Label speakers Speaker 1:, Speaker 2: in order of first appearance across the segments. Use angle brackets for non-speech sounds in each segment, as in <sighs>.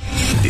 Speaker 1: The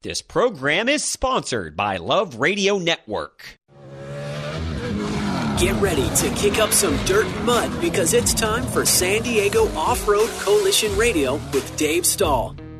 Speaker 2: This program is sponsored by Love Radio Network.
Speaker 3: Get ready to kick up some dirt and mud because it's time for San Diego Off Road Coalition Radio with Dave Stahl.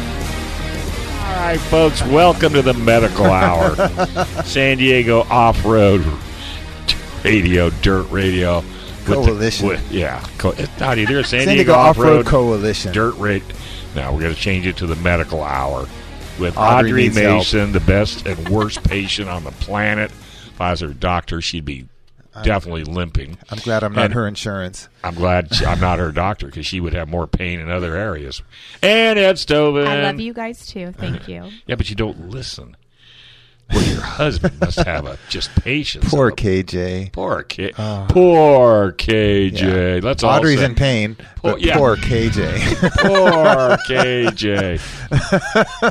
Speaker 4: All right, folks, welcome to the Medical
Speaker 5: <laughs>
Speaker 4: Hour. San Diego Off Road Radio, Dirt Radio. with the-
Speaker 5: Coalition.
Speaker 4: with- yeah. Co- how do you do? San,
Speaker 5: San Diego Off Road Coalition.
Speaker 4: Dirt Radio. Now we're going to change it to the Medical Hour with
Speaker 5: Audrey
Speaker 4: Audrey,
Speaker 5: needs help.
Speaker 4: Mason, the best and worst patient on the planet. If I was her doctor, she'd be definitely limping.
Speaker 5: I'm glad I'm not
Speaker 4: And-
Speaker 5: her insurance.
Speaker 4: I'm glad she, I'm not her doctor because she would have more pain in other areas. And Ed Stovin.
Speaker 6: I love you guys too. Thank you.
Speaker 4: <laughs> Yeah, but you don't listen. Well, your husband must have
Speaker 5: <laughs>
Speaker 4: a just patience.
Speaker 5: Poor
Speaker 4: of a-
Speaker 5: KJ.
Speaker 4: Poor K. poor KJ. Let's all
Speaker 5: Audrey's
Speaker 4: say-
Speaker 5: in pain.
Speaker 4: Poor-
Speaker 5: but
Speaker 4: yeah.
Speaker 5: poor KJ.
Speaker 4: Poor KJ.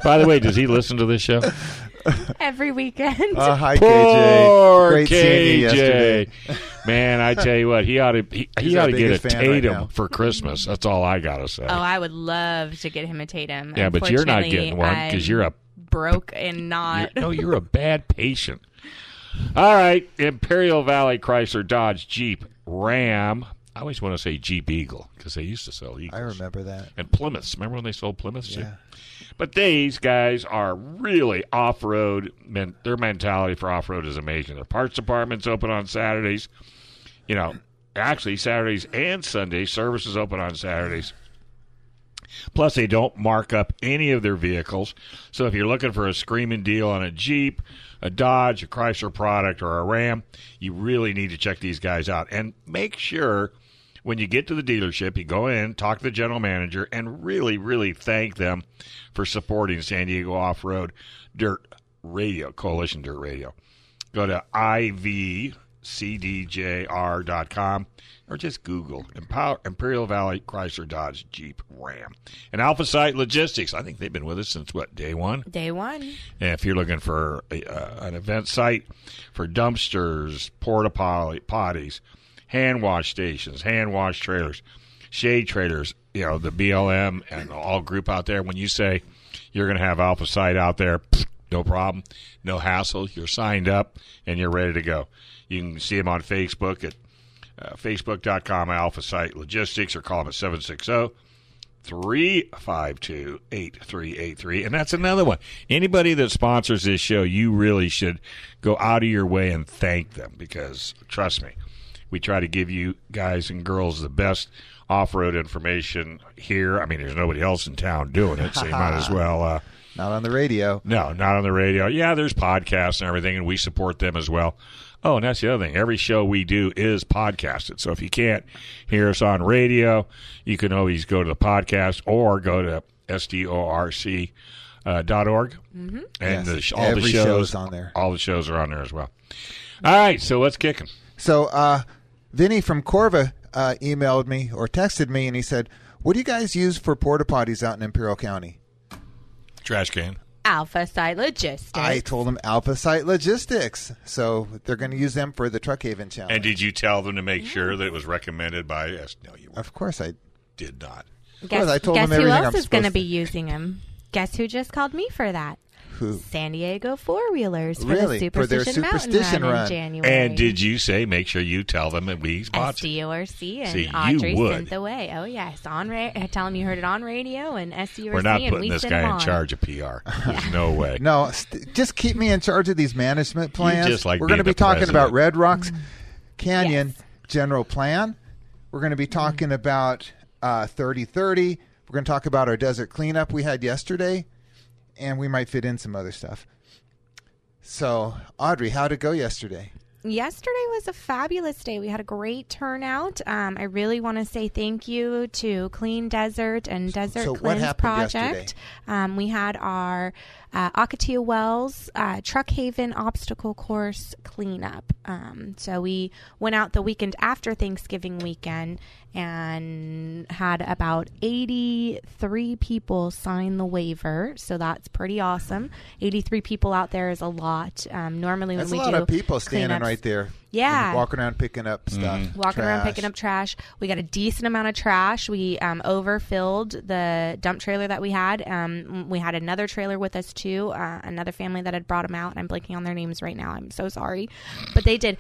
Speaker 4: By the way, does he listen to this show?
Speaker 6: Every weekend.
Speaker 5: <laughs> Uh, hi KJ.
Speaker 4: Poor
Speaker 5: Great seeing you
Speaker 4: KJ.
Speaker 5: yesterday.
Speaker 4: Man, I tell you what, he ought to he, he
Speaker 5: He's
Speaker 4: ought
Speaker 5: our
Speaker 4: to get
Speaker 5: biggest
Speaker 4: a
Speaker 5: fan right
Speaker 4: Tatum
Speaker 5: now.
Speaker 4: for Christmas. That's all I gotta say.
Speaker 6: oh, I would love to get him a Tatum.
Speaker 4: Yeah, but you're not getting one 'cause you're a-
Speaker 6: I'm broke and not.
Speaker 4: You're- no, you're a bad patient. All right, Imperial Valley Chrysler Dodge Jeep Ram. I always want to say Jeep Eagle because they used to sell Eagles.
Speaker 5: I remember that.
Speaker 4: And Plymouths. Remember when they sold Plymouths? Yeah. But these guys are really off road. Men- their mentality for off road is amazing. Their parts department's open on Saturdays. You know, actually, Saturdays and Sundays. Service is open on Saturdays. Plus, they don't mark up any of their vehicles. So if you're looking for a screaming deal on a Jeep, a Dodge, a Chrysler product, or a Ram, you really need to check these guys out. And make sure when you get to the dealership, you go in, talk to the general manager, and really, really thank them for supporting San Diego Off Road Dirt Radio, Coalition Dirt Radio. Go to ivcdjr.com or just Google Empower, Imperial Valley Chrysler Dodge Jeep Ram. And Alpha Site Logistics, I think they've been with us since what, day one?
Speaker 6: <laughs> Day one.
Speaker 4: And if you're looking for a, uh, an event site for dumpsters, porta potty, potties, hand wash stations, hand wash trailers, shade trailers, you know, the BLM and all group out there, when you say you're going to have Alpha Site out there, pfft, no problem, no hassle. You're signed up and you're ready to go. You can see them on Facebook at uh, facebook.com Alpha Site Logistics or call them at 760- 352-8383 and that's another one anybody that sponsors this show you really should go out of your way and thank them because trust me we try to give you guys and girls the best off-road information here i mean there's nobody else in town doing it so you might as well uh,
Speaker 5: Not on the radio.
Speaker 4: no, not on the radio. Yeah, there's podcasts and everything, and we support them as well. Oh, and that's the other thing. Every show we do is podcasted. So if you can't hear us on radio, you can always go to the podcast or go to storc.org. Uh, dot org. Mm-hmm. And
Speaker 5: Yes,
Speaker 4: the sh- all the
Speaker 5: every
Speaker 4: shows
Speaker 5: show's on there.
Speaker 4: All the shows are on there as well. All right, so let's kick 'em.
Speaker 5: So uh, Vinny from Corva uh, emailed me or texted me and he said, What do you guys use for porta potties out in Imperial County?
Speaker 4: Trash can.
Speaker 6: Alpha Psi Logistics.
Speaker 5: I told him Alpha Site Logistics. So they're going to use them for the Truck Haven Challenge.
Speaker 4: And did you tell them to make sure that it was recommended by us? No, you
Speaker 5: of course I
Speaker 4: did not.
Speaker 6: guess
Speaker 5: Well, I told
Speaker 6: guess
Speaker 5: him
Speaker 6: who
Speaker 5: everything
Speaker 6: else
Speaker 5: I'm
Speaker 6: is going
Speaker 5: supposed
Speaker 6: to
Speaker 5: to-
Speaker 6: be using him? Guess who just called me for that?
Speaker 5: who?
Speaker 6: San Diego four wheelers for
Speaker 5: Really?
Speaker 6: the
Speaker 5: For their
Speaker 6: Superstition,
Speaker 5: Superstition
Speaker 6: Mountain Run,
Speaker 5: Run.
Speaker 6: in January.
Speaker 4: And did you say make sure you tell them that we sponsored?
Speaker 6: SDORC and
Speaker 4: See, you
Speaker 6: Audrey
Speaker 4: would.
Speaker 6: sent the way. Oh yes, on ra- tell them you heard it on radio and SDORC.
Speaker 4: We're not
Speaker 6: and we
Speaker 4: putting this
Speaker 6: sent 'em
Speaker 4: guy in
Speaker 6: on.
Speaker 4: charge of <laughs> PR. There's no way.
Speaker 5: No, st- just keep me in charge of these management plans.
Speaker 4: just like
Speaker 5: We're going to
Speaker 4: being the
Speaker 5: be talking about
Speaker 4: president.
Speaker 5: Red Rocks Canyon
Speaker 6: Yes.
Speaker 5: General Plan. We're going to be talking about uh, 3030. We're going to talk about our desert cleanup we had yesterday, and we might fit in some other stuff. So, Audrey, how'd it go yesterday?
Speaker 6: Yesterday was a fabulous day. We had a great turnout. Um, I really want to say thank you to Clean Desert and Desert
Speaker 5: so what
Speaker 6: Cleanse
Speaker 5: happened yesterday?
Speaker 6: Project. Um, we had our uh, Akatia Wells uh, Truck Haven Obstacle Course cleanup. Um, so we went out the weekend after Thanksgiving weekend and had about 83 people sign the waiver. So that's pretty awesome. 83 people out there is a lot. Um, normally
Speaker 5: That's a
Speaker 6: when we
Speaker 5: lot
Speaker 6: do
Speaker 5: of people standing
Speaker 6: cleanups-
Speaker 5: right there.
Speaker 6: Yeah.
Speaker 5: Walking around picking up stuff.
Speaker 4: Mm-hmm.
Speaker 6: walking around
Speaker 5: trash.
Speaker 6: picking up trash. We got a decent amount of trash. We um, overfilled the dump trailer that we had. Um, we had another trailer with us too. Uh, another family that had brought them out. I'm blanking on their names right now. I'm so sorry, but they did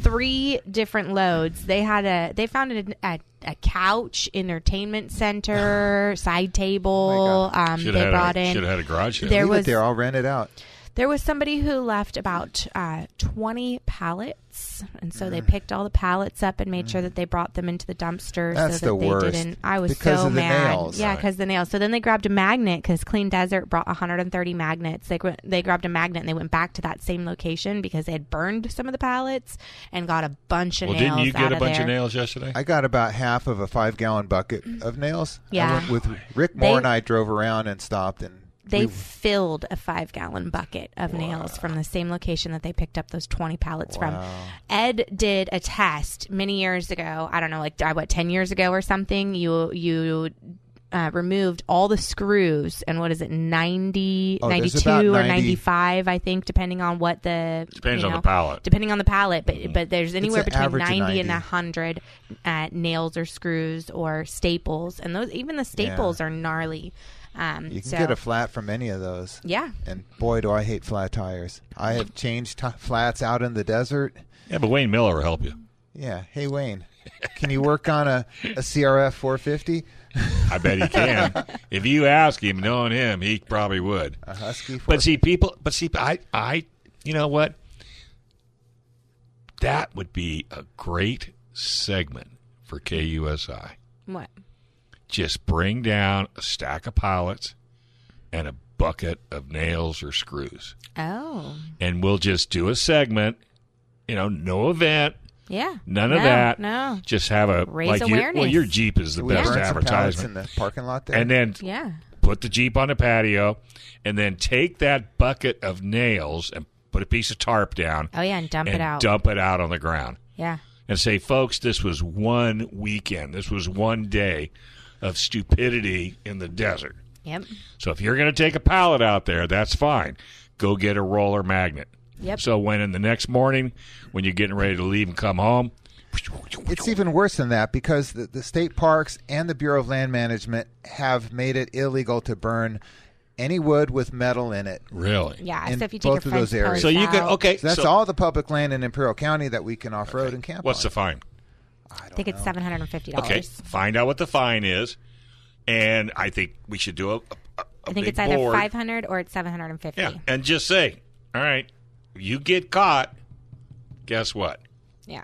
Speaker 6: three different loads. They had a they found an, a a couch,
Speaker 5: <sighs>
Speaker 6: entertainment center, side
Speaker 5: Oh
Speaker 6: table. um,
Speaker 4: Should
Speaker 6: they
Speaker 4: have
Speaker 6: brought
Speaker 4: had, a-
Speaker 6: in.
Speaker 4: should have had a garage sale.
Speaker 6: There
Speaker 5: Leave it
Speaker 6: was-
Speaker 5: there. I'll rent it out.
Speaker 6: There was somebody who left about uh, 20 pallets, and so
Speaker 5: Mm.
Speaker 6: they picked all the pallets up and made sure that they brought them into the dumpster
Speaker 5: That's
Speaker 6: so that
Speaker 5: the
Speaker 6: they
Speaker 5: worst,
Speaker 6: didn't. I was
Speaker 5: because
Speaker 6: so
Speaker 5: of the
Speaker 6: mad.
Speaker 5: nails.
Speaker 6: Yeah, because the nails. So then they grabbed a magnet because Clean Desert brought 130 magnets. They gr- they grabbed a magnet and they went back to that same location because they had burned some of the pallets and got a bunch of
Speaker 4: well,
Speaker 6: nails.
Speaker 4: didn't you
Speaker 6: out
Speaker 4: get a
Speaker 6: of
Speaker 4: bunch of
Speaker 6: there.
Speaker 4: nails yesterday?
Speaker 5: I got about half of a five gallon bucket of nails. I
Speaker 6: Yeah.
Speaker 5: went with Rick Moore
Speaker 6: They-
Speaker 5: and I drove around and stopped and
Speaker 6: They filled a five gallon bucket of nails from the same location that they picked up those 20 pallets from. Ed did a test many years ago. I don't know, like, uh, what, 10 years ago or something? You, you, uh, removed all the screws and what is it 90
Speaker 5: Oh, there's
Speaker 6: 92
Speaker 5: about
Speaker 6: or
Speaker 5: 90
Speaker 6: 95 i think depending on what the
Speaker 4: Depends
Speaker 6: you
Speaker 4: on the
Speaker 6: know,
Speaker 4: pallet.
Speaker 6: depending on the pallet but but there's anywhere
Speaker 5: Mm-hmm. an average
Speaker 6: between
Speaker 5: of
Speaker 6: 90,
Speaker 5: 90.
Speaker 6: and 100 uh, nails or screws or staples and those even the staples are gnarly um,
Speaker 5: you can
Speaker 6: so-
Speaker 5: get a flat from any of those.
Speaker 6: yeah
Speaker 5: And boy, do I hate flat tires. I have changed t- flats out in the desert.
Speaker 4: <laughs> Yeah, but Wayne Miller will help you.
Speaker 5: Yeah. Hey, Wayne, can you work on a, a CRF 450?
Speaker 4: I bet he can. <laughs> if you ask him, knowing him, he probably would.
Speaker 5: A Husky 450?
Speaker 4: But see, people. But see, I, I, you know what? That would be a great segment for KUSI.
Speaker 6: what
Speaker 4: Just bring down a stack of pallets and a bucket of nails or screws,
Speaker 6: oh
Speaker 4: and we'll just do a segment. You know, no event,
Speaker 6: yeah
Speaker 4: none
Speaker 6: No,
Speaker 4: of that.
Speaker 6: No.
Speaker 4: just have a
Speaker 6: Raise
Speaker 4: like your- well,
Speaker 6: awareness.
Speaker 4: your Jeep is the
Speaker 5: we
Speaker 4: best
Speaker 5: burned some pallets in
Speaker 4: advertisement,
Speaker 5: the parking lot there.
Speaker 4: and then
Speaker 6: Yeah.
Speaker 4: put the Jeep on the patio, and then take that bucket of nails and put a piece of tarp down
Speaker 6: Oh yeah, and dump
Speaker 4: and
Speaker 6: it out.
Speaker 4: dump it out on the ground
Speaker 6: Yeah.
Speaker 4: and say, folks, this was one weekend. This was one day of stupidity in the desert.
Speaker 6: Yep.
Speaker 4: So if you're going to take a pallet out there, that's fine. Go get a roller magnet.
Speaker 6: Yep.
Speaker 4: So when in the next morning, when you're getting ready to leave and come home,
Speaker 5: It's even worse than that because the, the state parks and the Bureau of Land Management have made it illegal to burn any wood with metal in it.
Speaker 4: really.
Speaker 6: Yeah.
Speaker 5: In
Speaker 6: so if you take
Speaker 5: both
Speaker 6: your
Speaker 5: of those
Speaker 6: fence
Speaker 5: areas.
Speaker 6: post
Speaker 4: So you can
Speaker 6: out,
Speaker 4: okay.
Speaker 5: So that's
Speaker 4: so
Speaker 5: all the public land in Imperial County that we can off road and camp
Speaker 4: What's
Speaker 5: on.
Speaker 4: the fine?
Speaker 6: I think it's seven hundred and fifty dollars.
Speaker 4: Okay, find out what the fine is, and I think we should do a. a- a- a
Speaker 6: I think
Speaker 4: big
Speaker 6: it's either
Speaker 4: board.
Speaker 6: five hundred or it's seven hundred and fifty.
Speaker 4: Yeah, and just say, all right, you get caught. Guess what?
Speaker 6: Yeah.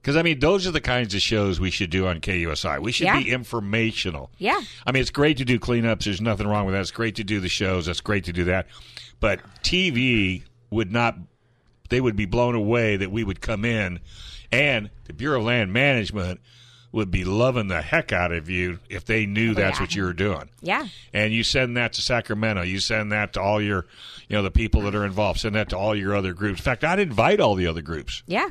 Speaker 4: Because I mean, those are the kinds of shows we should do on KUSI. We should
Speaker 6: Yeah.
Speaker 4: be informational.
Speaker 6: Yeah.
Speaker 4: I mean, it's great to do cleanups. There's nothing wrong with that. It's great to do the shows. That's great to do that. But TV would not. They would be blown away that we would come in, and the Bureau of Land Management would be loving the heck out of you if they knew that's
Speaker 6: yeah.
Speaker 4: what you were doing
Speaker 6: Yeah.
Speaker 4: and you send that to Sacramento. You send that to all your, you know, the people that are involved. Send that to all your other groups. In fact, I'd invite all the other groups.
Speaker 6: Yeah.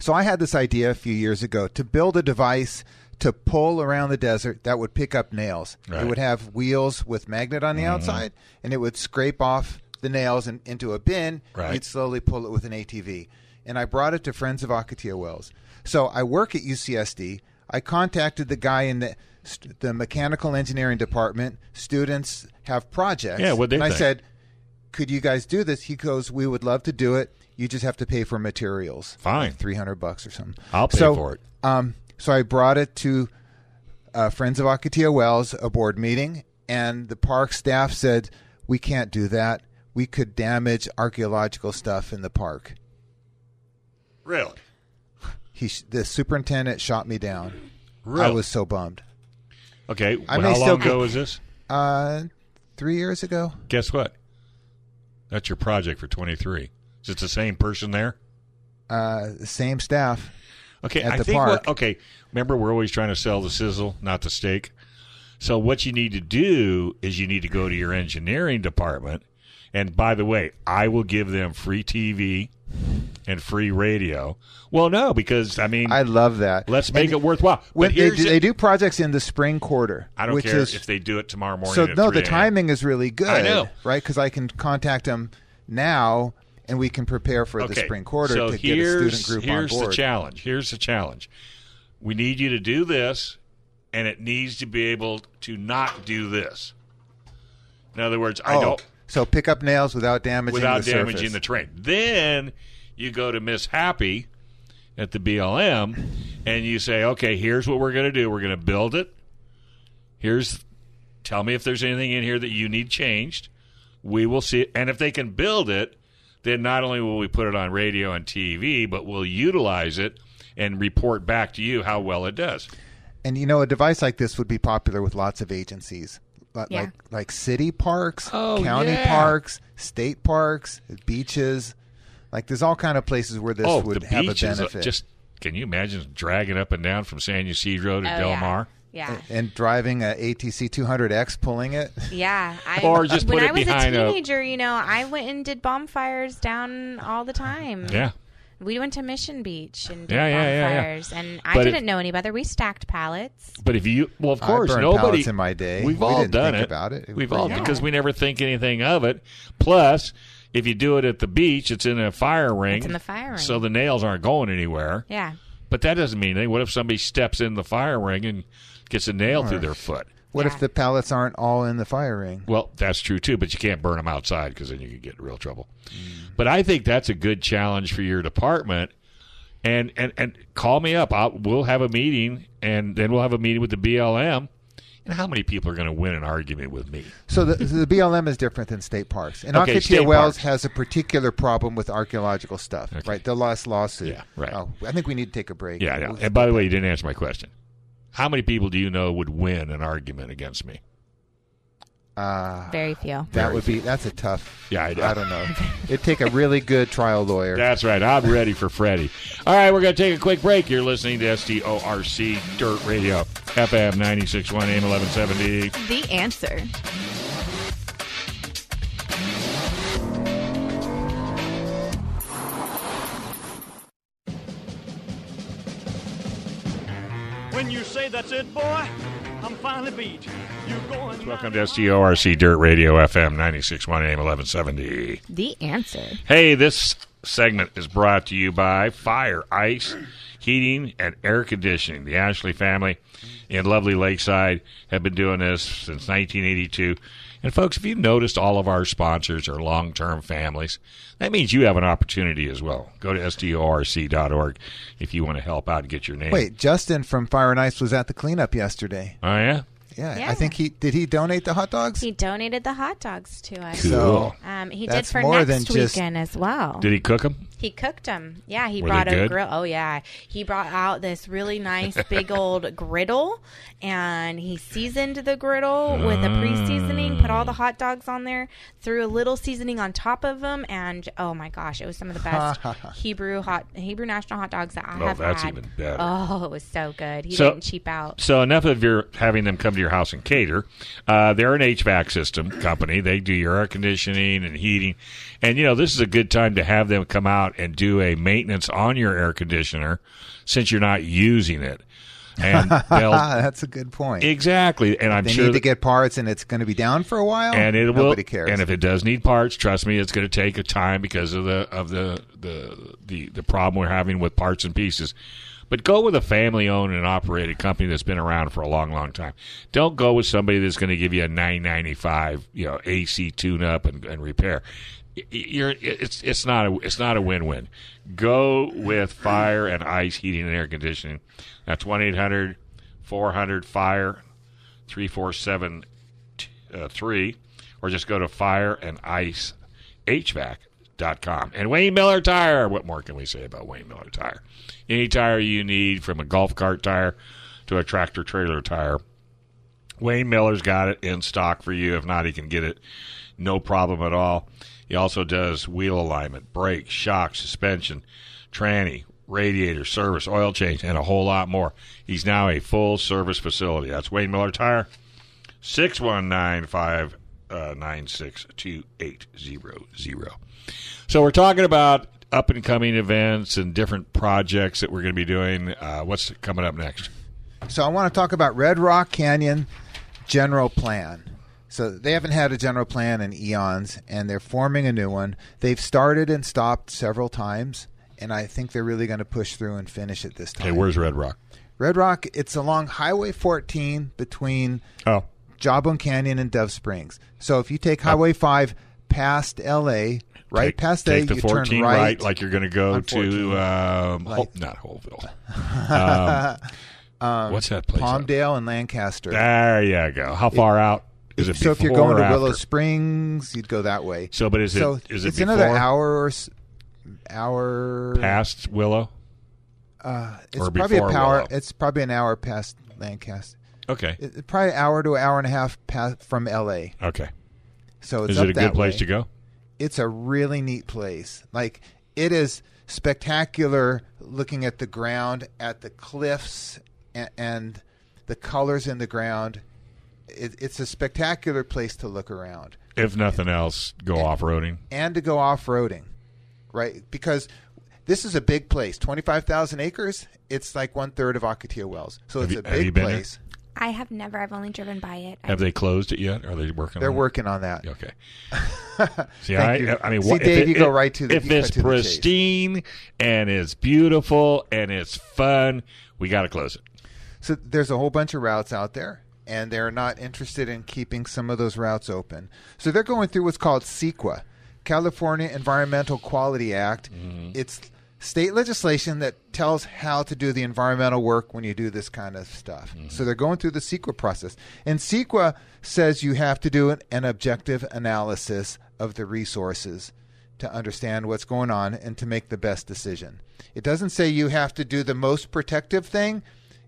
Speaker 5: So I had this idea a few years ago to build a device to pull around the desert that would pick up nails.
Speaker 4: Right. Mm-hmm.
Speaker 5: It would have wheels with magnet on the outside, and it would scrape off the nails and into a bin.
Speaker 4: Right.
Speaker 5: You'd slowly pull it with an ATV. And I brought it to friends of Akatia Wells. So I work at UCSD. I contacted the guy in the st- the mechanical engineering department. Students have projects.
Speaker 4: Yeah, what'd they
Speaker 5: and I
Speaker 4: think?
Speaker 5: said, could you guys do this? He goes, we would love to do it. You just have to pay for materials.
Speaker 4: Fine.
Speaker 5: Three hundred bucks or something.
Speaker 4: I'll pay
Speaker 5: So,
Speaker 4: for it.
Speaker 5: Um, so I brought it to uh, Friends of Akatia Wells, a board meeting, and the park staff said, we can't do that. We could damage archaeological stuff in the park.
Speaker 4: Really?
Speaker 5: He, sh- the superintendent shot me down. I
Speaker 4: Really?
Speaker 5: was so bummed.
Speaker 4: Okay.
Speaker 5: I
Speaker 4: well,
Speaker 5: may
Speaker 4: how
Speaker 5: still
Speaker 4: long
Speaker 5: get-
Speaker 4: ago was this?
Speaker 5: Uh, three years ago.
Speaker 4: Guess what? That's your project for 23. Is it the same person there?
Speaker 5: Uh, same staff.
Speaker 4: Okay,
Speaker 5: At
Speaker 4: I
Speaker 5: the
Speaker 4: think we're-
Speaker 5: park.
Speaker 4: okay. Remember, we're always trying to sell the sizzle, not the steak. So what you need to do is you need to go to your engineering department. And by the way, I will give them free TV and free radio. Well, no, because I mean,
Speaker 5: I love that.
Speaker 4: let's make
Speaker 5: And
Speaker 4: it worthwhile.
Speaker 5: When
Speaker 4: but
Speaker 5: they,
Speaker 4: here's
Speaker 5: do,
Speaker 4: the-
Speaker 5: they do projects in the spring quarter.
Speaker 4: I don't
Speaker 5: which
Speaker 4: care
Speaker 5: is-
Speaker 4: if they do it tomorrow morning.
Speaker 5: So
Speaker 4: at
Speaker 5: no, the
Speaker 4: 3 a.m.
Speaker 5: timing is really good.
Speaker 4: I know.
Speaker 5: right? Because I can contact them now, and we can prepare for the
Speaker 4: Okay,
Speaker 5: spring quarter
Speaker 4: so
Speaker 5: to get a
Speaker 4: here's,
Speaker 5: student group
Speaker 4: here's
Speaker 5: on board.
Speaker 4: the challenge. Here's the challenge. We need you to do this, and it needs to be able to not do this. In other words, I
Speaker 5: oh,
Speaker 4: don't
Speaker 5: so pick up nails without damaging
Speaker 4: without
Speaker 5: the
Speaker 4: damaging
Speaker 5: surface.
Speaker 4: the train. Then you go to Miss Happy at the BLM, and you say, "Okay, here's what we're going to do. We're going to build it. Here's tell me if there's anything in here that you need changed. We will see. And if they can build it, then not only will we put it on radio and TV, but we'll utilize it and report back to you how well it does.
Speaker 5: and you know, a device like this would be popular with lots of agencies. Li-
Speaker 6: Yeah.
Speaker 5: Like like city parks,
Speaker 4: Oh,
Speaker 5: county
Speaker 4: yeah.
Speaker 5: parks, state parks, beaches. Like there's all kind of places where this
Speaker 4: oh,
Speaker 5: would
Speaker 4: the
Speaker 5: have
Speaker 4: beach
Speaker 5: a
Speaker 4: is
Speaker 5: benefit.
Speaker 4: just. Can you imagine dragging up and down from San Ysidro to
Speaker 6: Oh,
Speaker 4: Del
Speaker 6: yeah.
Speaker 4: Mar?
Speaker 6: Yeah.
Speaker 4: Uh,
Speaker 5: and driving a ATC 200X, pulling it.
Speaker 6: Yeah, I,
Speaker 4: Or just
Speaker 6: when
Speaker 4: put it
Speaker 6: I was
Speaker 4: behind
Speaker 6: a
Speaker 4: a-
Speaker 6: teenager, you know, I went and did bonfires down all the time.
Speaker 4: Yeah.
Speaker 6: We went to Mission Beach and did
Speaker 4: Yeah, yeah, yeah, yeah.
Speaker 6: bonfires, and I
Speaker 4: But it-
Speaker 6: didn't know any better. We stacked pallets.
Speaker 4: But if you, well, of
Speaker 5: I
Speaker 4: course,
Speaker 5: burned
Speaker 4: nobody
Speaker 5: pallets in my day.
Speaker 4: We've
Speaker 5: We
Speaker 4: all
Speaker 5: didn't
Speaker 4: done
Speaker 5: think
Speaker 4: it.
Speaker 5: about it. It was
Speaker 4: We've
Speaker 5: pretty
Speaker 4: all
Speaker 5: normal.
Speaker 4: because we never think anything of it. Plus, if you do it at the beach, it's in a fire ring.
Speaker 6: in the fire ring.
Speaker 4: so the nails aren't going anywhere.
Speaker 6: Yeah,
Speaker 4: But that doesn't mean anything. What if somebody steps in the fire ring and gets a nail through their foot?
Speaker 5: What
Speaker 6: Yeah.
Speaker 5: if the pallets aren't all in the fire ring?
Speaker 4: Well, that's true too, but you can't burn them outside because then you could get in real trouble. But I think that's a good challenge for your department. And and and call me up. I'll, we'll have a meeting, and then we'll have a meeting with the BLM. And how many people are going to win an argument with me?
Speaker 5: So the, so the BLM is different than state parks. And
Speaker 4: Okay,
Speaker 5: Arcadia
Speaker 4: state
Speaker 5: Wells
Speaker 4: parks.
Speaker 5: has a particular problem with archaeological stuff, right? The last lawsuit.
Speaker 4: Yeah, right.
Speaker 5: Oh, I think we need to take a break.
Speaker 4: Yeah, yeah.
Speaker 5: We'll-
Speaker 4: And by the way, you didn't answer my question. How many people do you know would win an argument against me?
Speaker 5: Uh,
Speaker 6: very few.
Speaker 5: that would be, that's a tough.
Speaker 4: Yeah, I know.
Speaker 5: I don't know. It'd take a really good trial lawyer.
Speaker 4: That's right. I'm ready for Freddie. All right, we're going to take a quick break. You're listening to SDORC Dirt Radio, FM 96.1 AM 1170.
Speaker 7: The answer.
Speaker 8: When you say that's it, boy, I'm finally beat. You're going.
Speaker 4: Welcome to SDORC Dirt Radio, FM 96.1 AM 1170.
Speaker 7: The answer.
Speaker 4: Hey, this segment is brought to you by Fire, Ice, Heating, and Air Conditioning. The Ashley family in lovely Lakeside have been doing this since 1982. And, folks, if you've noticed, all of our sponsors are long term families. That means you have an opportunity as well. Go to SDORC.org if you want to help out and get your name.
Speaker 5: Wait, Justin from Fire and Ice was at the cleanup yesterday.
Speaker 4: Oh, yeah?
Speaker 5: Yeah,
Speaker 6: Yeah.
Speaker 5: I think he did. He donate the hot dogs.
Speaker 6: He donated the hot dogs to us.
Speaker 5: So-
Speaker 6: um, he did
Speaker 5: That's
Speaker 6: for
Speaker 5: more
Speaker 6: next
Speaker 5: than just-
Speaker 6: weekend as well.
Speaker 4: Did he cook them?
Speaker 6: He cooked them. Yeah, he
Speaker 4: Were
Speaker 6: brought
Speaker 4: they
Speaker 6: a
Speaker 4: good?
Speaker 6: grill. Oh yeah, he brought out this really nice
Speaker 4: <laughs>
Speaker 6: big old griddle, and he seasoned the griddle with a pre-seasoning. Put all the hot dogs on there, threw a little seasoning on top of them, and oh my gosh, it was some of the
Speaker 4: <laughs>
Speaker 6: best Hebrew hot Hebrew national hot dogs that I
Speaker 4: Oh,
Speaker 6: have
Speaker 4: that's
Speaker 6: had.
Speaker 4: even better.
Speaker 6: Oh, it was so good. He
Speaker 4: So-
Speaker 6: didn't cheap out.
Speaker 4: So enough of your having them come to your house and cater. Uh, they're an HVAC system company. They do your air conditioning and heating, and you know this is a good time to have them come out and do a maintenance on your air conditioner since you're not using it.
Speaker 5: <laughs>
Speaker 4: And they'll
Speaker 5: Ah, that's a good point.
Speaker 4: exactly. And I'm
Speaker 5: they
Speaker 4: sure
Speaker 5: need to
Speaker 4: that-
Speaker 5: get parts, and it's going to be down for a while.
Speaker 4: and it will.
Speaker 5: Nobody cares.
Speaker 4: And if it does need parts, trust me, it's going to take a time because of the of the the the, the problem we're having with parts and pieces. But go with a family owned and operated company that's been around for a long, long time. Don't go with somebody that's going to give you a 995, you know, AC tune up and, and repair. Y- y- You're, it's it's not a it's not a win win. Go with fire and ice heating and air conditioning. That's one 800 400 fire three four seven uh, three, or just go to fire and ice HVAC.com. And Wayne Miller Tire. What more can we say about Wayne Miller Tire? Any tire you need, from a golf cart tire to a tractor trailer tire, Wayne Miller's got it in stock for you. If not, he can get it no problem at all. He also does wheel alignment, brake, shock, suspension, tranny, radiator, service, oil change, and a whole lot more. He's now a full service facility. That's Wayne Miller Tire, 619 uh, 596 2800. So we're talking about up and coming events and different projects that we're going to be doing. Uh, what's coming up next?
Speaker 5: So I want to talk about Red Rock Canyon general plan. So they haven't had a general plan in eons, and they're forming a new one. They've started and stopped several times, and I think they're really going to push through and finish it this time.
Speaker 4: Hey, where's Red Rock?
Speaker 5: Red Rock? It's along Highway 14 between
Speaker 4: Oh,
Speaker 5: Jawbone Canyon and Dove Springs. So if you take Highway 5 past L.A., right
Speaker 4: Take-
Speaker 5: past
Speaker 4: take
Speaker 5: A,
Speaker 4: the
Speaker 5: you
Speaker 4: 14
Speaker 5: turn
Speaker 4: right,
Speaker 5: right,
Speaker 4: like you're going to go
Speaker 5: on
Speaker 4: to
Speaker 5: 14.
Speaker 4: um, Hol-
Speaker 5: Like-
Speaker 4: not
Speaker 5: <laughs>
Speaker 4: Holeville. Um, what's that place? out?
Speaker 5: Palmdale and Lancaster.
Speaker 4: There you go. How far out is it?
Speaker 5: so if you're
Speaker 4: before
Speaker 5: going
Speaker 4: or
Speaker 5: to Willow
Speaker 4: after?
Speaker 5: Springs, you'd go that way.
Speaker 4: So, but is it-
Speaker 5: So
Speaker 4: is it
Speaker 5: it's another
Speaker 4: before?
Speaker 5: hour or s- hour?
Speaker 4: past Willow.
Speaker 5: it's
Speaker 4: or
Speaker 5: probably
Speaker 4: before
Speaker 5: a power.
Speaker 4: Willow?
Speaker 5: It's probably an hour past Lancaster.
Speaker 4: Okay.
Speaker 5: It, it- probably an hour to an hour and a half past from L.A.
Speaker 4: Okay.
Speaker 5: So it's
Speaker 4: Is
Speaker 5: up
Speaker 4: it a
Speaker 5: that
Speaker 4: good place
Speaker 5: way.
Speaker 4: to go?
Speaker 5: It's a really neat place. Like it is spectacular. Looking at the ground, at the cliffs, and, and the colors in the ground. It, it's a spectacular place to look around.
Speaker 4: If nothing else, go off roading.
Speaker 5: and to go off roading, right? Because this is a big place, twenty five thousand acres. It's like one third of Akatia Wells, so
Speaker 4: Have
Speaker 5: it's
Speaker 4: you-
Speaker 5: a
Speaker 4: have you
Speaker 5: big
Speaker 4: been there?
Speaker 5: place.
Speaker 6: I have never. I've only driven by it.
Speaker 4: Have they closed it yet? Are they working?
Speaker 5: They're
Speaker 4: on it?
Speaker 5: working on that. <laughs>
Speaker 4: Okay. See,
Speaker 5: Thank
Speaker 4: I,
Speaker 5: you.
Speaker 4: I mean,
Speaker 5: See,
Speaker 4: what, if
Speaker 5: Dave,
Speaker 4: it-
Speaker 5: you go
Speaker 4: if-
Speaker 5: right to the-
Speaker 4: If
Speaker 5: you cut
Speaker 4: it's
Speaker 5: to the chase.
Speaker 4: pristine and it's beautiful and it's fun, we got to close it.
Speaker 5: So there's a whole bunch of routes out there, and they're not interested in keeping some of those routes open. So they're going through what's called CEQA, California Environmental Quality Act. It's state legislation that tells how to do the environmental work when you do this kind of stuff. So they're going through the CEQA process. And CEQA says you have to do an, an objective analysis of the resources to understand what's going on and to make the best decision. It doesn't say you have to do the most protective thing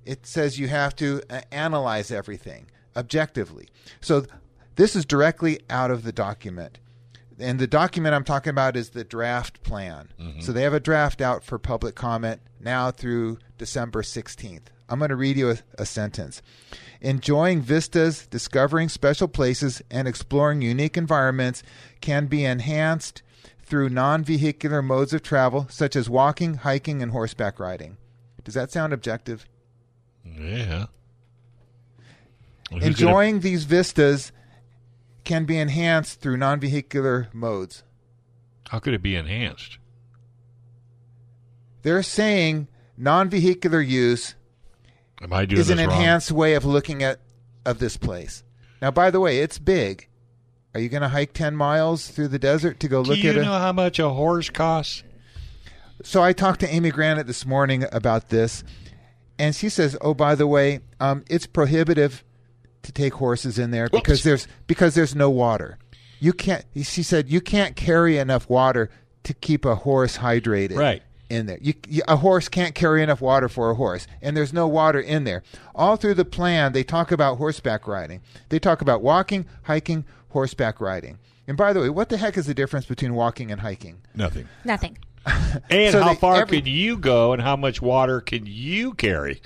Speaker 5: it says you have to uh, analyze everything objectively. So th- this is directly out of the document. And the document I'm talking about is the draft plan. So they have a draft out for public comment now through December 16th. I'm going to read you a, a sentence. Enjoying vistas, discovering special places, and exploring unique environments can be enhanced through non vehicular modes of travel, such as walking, hiking, and horseback riding. Does that sound objective?
Speaker 4: Yeah. Who's gonna-
Speaker 5: Enjoying these vistas can be enhanced through non vehicular modes.
Speaker 4: how could it be enhanced?
Speaker 5: They're saying non vehicular use
Speaker 4: Am I doing
Speaker 5: is an
Speaker 4: this wrong?
Speaker 5: enhanced way of looking at of this place. Now, by the way, it's big. Are you going to hike 10 miles through the desert to go
Speaker 4: Do
Speaker 5: look
Speaker 4: you
Speaker 5: at it?
Speaker 4: know how much a horse costs?
Speaker 5: So I talked to Amy Granite this morning about this, and she says, "Oh, by the way, um, it's prohibitive to take horses in there because
Speaker 4: Whoops.
Speaker 5: there's because there's no water. You can't." She said, "You can't carry enough water to keep a horse hydrated."
Speaker 4: Right.
Speaker 5: In there, you, you, a horse can't carry enough water for a horse, and there's no water in there. All through the plan, they talk about horseback riding. They talk about walking, hiking, horseback riding. And by the way, what the heck is the difference between walking and hiking?
Speaker 4: Nothing.
Speaker 6: Nothing.
Speaker 4: And
Speaker 5: So
Speaker 4: how
Speaker 5: they-
Speaker 4: far
Speaker 5: every-
Speaker 4: can you go and how much water can you carry?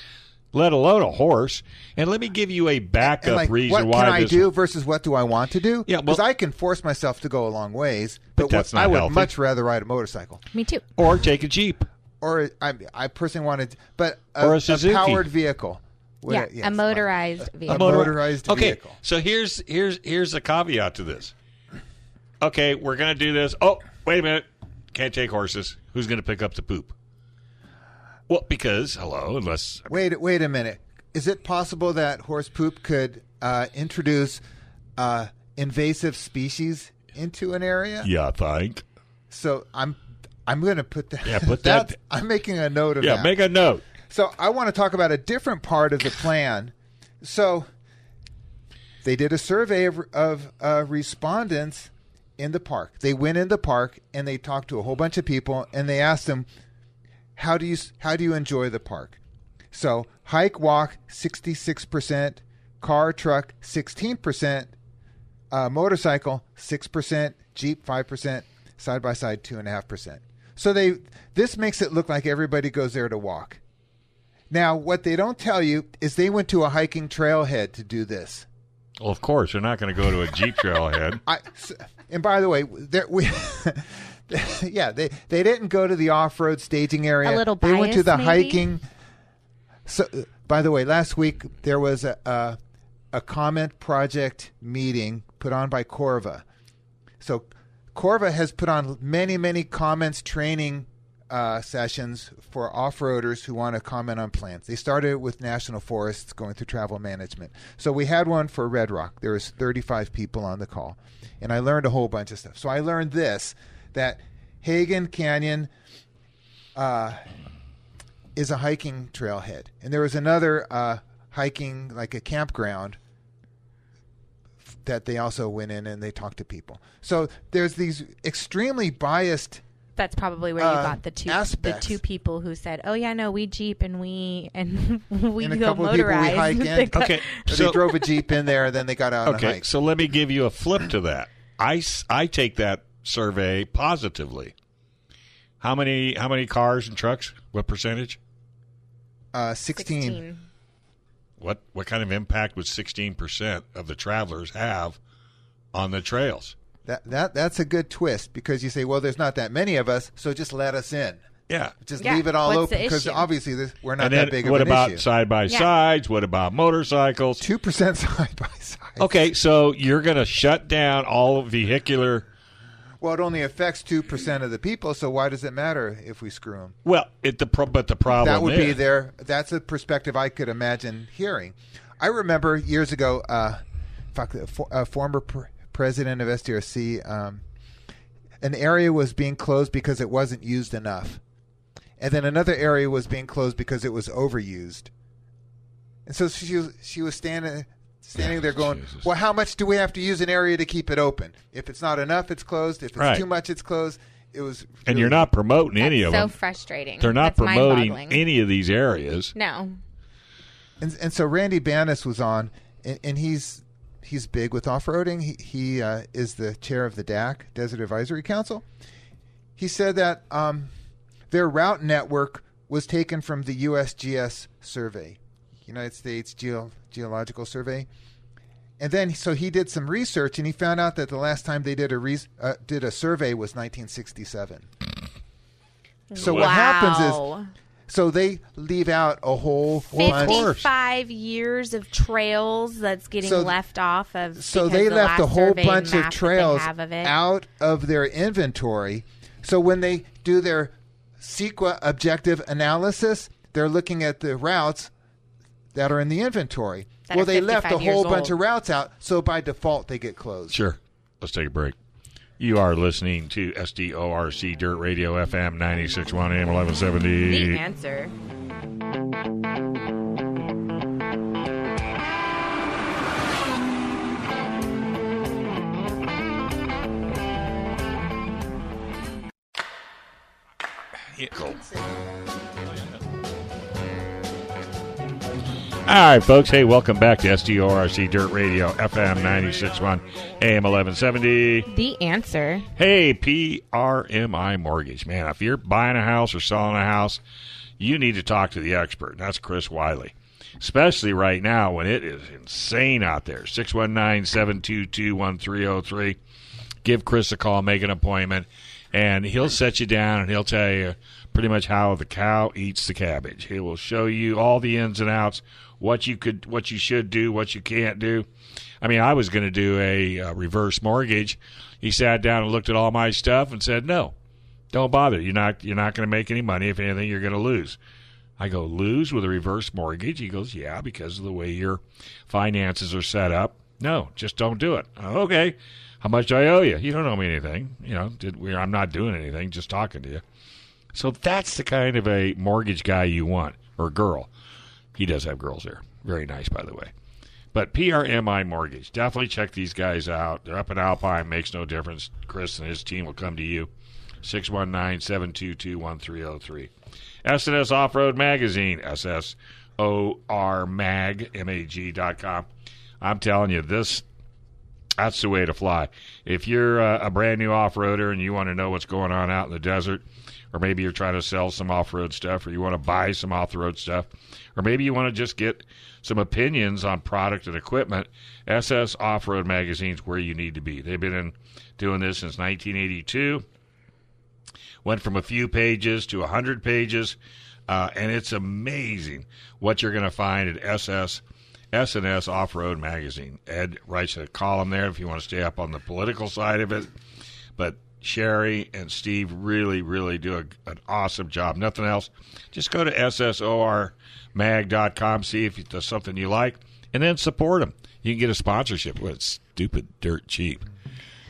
Speaker 4: Let alone a horse. And let me give you a backup
Speaker 5: and like
Speaker 4: reason
Speaker 5: what
Speaker 4: why
Speaker 5: can I
Speaker 4: this
Speaker 5: do versus what do I want to do?
Speaker 4: Yeah, well-
Speaker 5: because I can force myself to go a long ways,
Speaker 4: But
Speaker 5: but,
Speaker 4: that's
Speaker 5: what-
Speaker 4: not
Speaker 5: I would
Speaker 4: healthy.
Speaker 5: much rather ride a motorcycle
Speaker 6: Me too.
Speaker 4: or take a jeep.
Speaker 5: or I, I personally wanted, but a,
Speaker 4: Or a Suzuki.
Speaker 5: powered vehicle. Would
Speaker 6: yeah,
Speaker 5: I- yes,
Speaker 6: a motorized
Speaker 5: A
Speaker 6: vehicle.
Speaker 5: motorized
Speaker 4: okay,
Speaker 5: vehicle.
Speaker 4: so here's here's here's the caveat to this. Okay, we're gonna do this. Oh, wait a minute. Can't take horses. Who's gonna pick up the poop? Well, because hello, unless
Speaker 5: Wait, wait a minute. Is it possible that horse poop could uh, introduce uh, invasive species into an area?
Speaker 4: yeah, I think
Speaker 5: So I'm, I'm going to put that.
Speaker 4: Yeah, put that-
Speaker 5: <laughs> that's- I'm making a note of
Speaker 4: yeah.
Speaker 5: that.
Speaker 4: Make a note.
Speaker 5: So I want to talk about a different part of the plan. So they did a survey of, of uh, respondents in the park. They went in the park and they talked to a whole bunch of people and they asked them, "How do you how do you enjoy the park?" So hike, walk, sixty six percent, car, truck, sixteen percent, uh, motorcycle, six percent, Jeep, five percent, side by side, two and a half percent. So they this makes it look like everybody goes there to walk. Now, what they don't tell you is they went to a hiking trailhead to do this.
Speaker 4: Well, of course, you're not going to go to a jeep trailhead.
Speaker 5: I s- and by the way, there, we <laughs> yeah they they didn't go to the off road staging area.
Speaker 6: A little
Speaker 5: They went to
Speaker 6: bias,
Speaker 5: the
Speaker 6: maybe?
Speaker 5: hiking. So, uh, by the way, last week there was a, a a comment project meeting put on by Corva. So, Corva has put on many many comments training. Uh, sessions for off-roaders who want to comment on plans. They started with national forests going through travel management. So we had one for Red Rock. There was 35 people on the call, and I learned a whole bunch of stuff. So I learned this: that Hagen Canyon uh, is a hiking trailhead, and there was another uh, hiking like a campground f- that they also went in and they talked to people. So there's these extremely biased.
Speaker 6: That's probably where you
Speaker 5: Uh,
Speaker 6: got the two
Speaker 5: aspects.
Speaker 6: the two people who said, "Oh yeah, no, we jeep and we and <laughs> we
Speaker 5: And a
Speaker 6: go
Speaker 5: couple of people we
Speaker 6: motorized." <laughs>
Speaker 5: hike in.
Speaker 6: They got-
Speaker 4: Okay,
Speaker 5: they
Speaker 4: so
Speaker 5: drove a jeep in there, then they got out on a
Speaker 4: okay,
Speaker 5: hike.
Speaker 4: so let me give you a flip to that. I s- I take that survey positively. How many how many cars and trucks? What percentage?
Speaker 5: Uh, 16.
Speaker 6: 16.
Speaker 4: What what kind of impact would 16% of the travelers have on the trails?
Speaker 5: That that that's a good twist because you say, well, there's not that many of us, so just let us in.
Speaker 4: Yeah.
Speaker 5: Just
Speaker 6: Yeah,
Speaker 5: leave it all
Speaker 6: what's
Speaker 5: open
Speaker 6: the
Speaker 5: because
Speaker 6: issue?
Speaker 5: obviously this, we're not
Speaker 4: and then
Speaker 5: that big of
Speaker 4: what
Speaker 5: an
Speaker 4: about
Speaker 5: issue.
Speaker 4: side by
Speaker 6: Yeah.
Speaker 4: sides? What about motorcycles?
Speaker 5: Two percent <laughs> side by side.
Speaker 4: Okay, so you're going to shut down all vehicular.
Speaker 5: Well, it only affects two percent of the people, so why does it matter if we screw them?
Speaker 4: Well, it the pro- but the problem
Speaker 5: that would be
Speaker 4: is-
Speaker 5: their that's a perspective i could imagine hearing i remember years ago uh fuck, a, for, a former pr- president of sdrc um, an area was being closed because it wasn't used enough and then another area was being closed because it was overused and so she was she was standing standing there going
Speaker 4: Jesus.
Speaker 5: well how much do we have to use an area to keep it open if it's not enough it's closed if it's
Speaker 4: Right.
Speaker 5: too much it's closed it was
Speaker 4: and you're not promoting
Speaker 6: That's
Speaker 4: any of
Speaker 6: so
Speaker 4: them.
Speaker 6: frustrating.
Speaker 4: They're not
Speaker 6: That's
Speaker 4: promoting
Speaker 6: mind-boggling.
Speaker 4: any of these areas.
Speaker 6: No,
Speaker 5: And, and so Randy Bannis was on, and, and he's he's big with off roading. He, he uh, is the chair of the DAC Desert Advisory Council. He said that um, their route network was taken from the USGS survey, United States Geo- Geological Survey. And then, so he did some research, and he found out that the last time they did a re- uh, did a survey was 1967. So what happens
Speaker 6: Wow.
Speaker 5: is, so they leave out a whole bunch.
Speaker 6: 55 years of trails that's getting
Speaker 5: So-
Speaker 6: left off of.
Speaker 5: so
Speaker 6: because
Speaker 5: they
Speaker 6: the
Speaker 5: left
Speaker 6: last
Speaker 5: a whole
Speaker 6: survey
Speaker 5: bunch of
Speaker 6: map that they
Speaker 5: trails
Speaker 6: have of it.
Speaker 5: out of their inventory. So when they do their CEQA objective analysis, they're looking at the routes that are in the inventory.
Speaker 6: That
Speaker 5: well,
Speaker 6: are
Speaker 5: they left a
Speaker 6: 55 years
Speaker 5: whole bunch
Speaker 6: old.
Speaker 5: of routes out, so by default they get closed.
Speaker 4: Sure. Let's take a break. You are listening to SDORC Dirt Radio FM 961 AM 1170.
Speaker 6: the answer.
Speaker 4: All right, folks. Hey, welcome back to SDORC Dirt Radio, FM 96.1, AM 1170.
Speaker 6: The answer.
Speaker 4: Hey, PRMI Mortgage. Man, if you're buying a house or selling a house, you need to talk to the expert, and that's Chris Wiley. Especially right now when it is insane out there. 619 722 1303. Give Chris a call, make an appointment, and he'll set you down and he'll tell you pretty much how the cow eats the cabbage. He will show you all the ins and outs, what you could, what you should do, what you can't do. I mean, I was going to do a uh, reverse mortgage. He sat down and looked at all my stuff and said, "No, don't bother. You're not you're not going to make any money. If anything, you're going to lose." I go, lose with a reverse mortgage? He goes, yeah, because of the way your finances are set up. No, just don't do it. "Oh, Okay. How much do I owe you? You don't owe me anything. You know, did we, I'm not doing anything, just talking to you. So that's the kind of a mortgage guy you want or girl. He does have girls there. Very nice, by the way. But PRMI Mortgage, definitely check these guys out. They're up in Alpine, makes no difference. Chris and his team will come to you. 619 722 1303. SNS Off Road Magazine, SSORMAG.com. I'm telling you, this that's the way to fly. If you're uh, a brand new off roader and you want to know what's going on out in the desert, or maybe you're trying to sell some off road stuff, or you want to buy some off road stuff, or maybe you want to just get some opinions on product and equipment, SS Off Road Magazine's where you need to be. They've been in, doing this since 1982. Went from a few pages to 100 pages, uh, and it's amazing what you're going to find at SS. S&S Off Road Magazine. Ed writes a column there if you want to stay up on the political side of it. But Sherry and Steve really, really do a, an awesome job. Nothing else. Just go to ssormag.com, see if there's something you like, and then support them. You can get a sponsorship. Well, it's stupid, dirt cheap.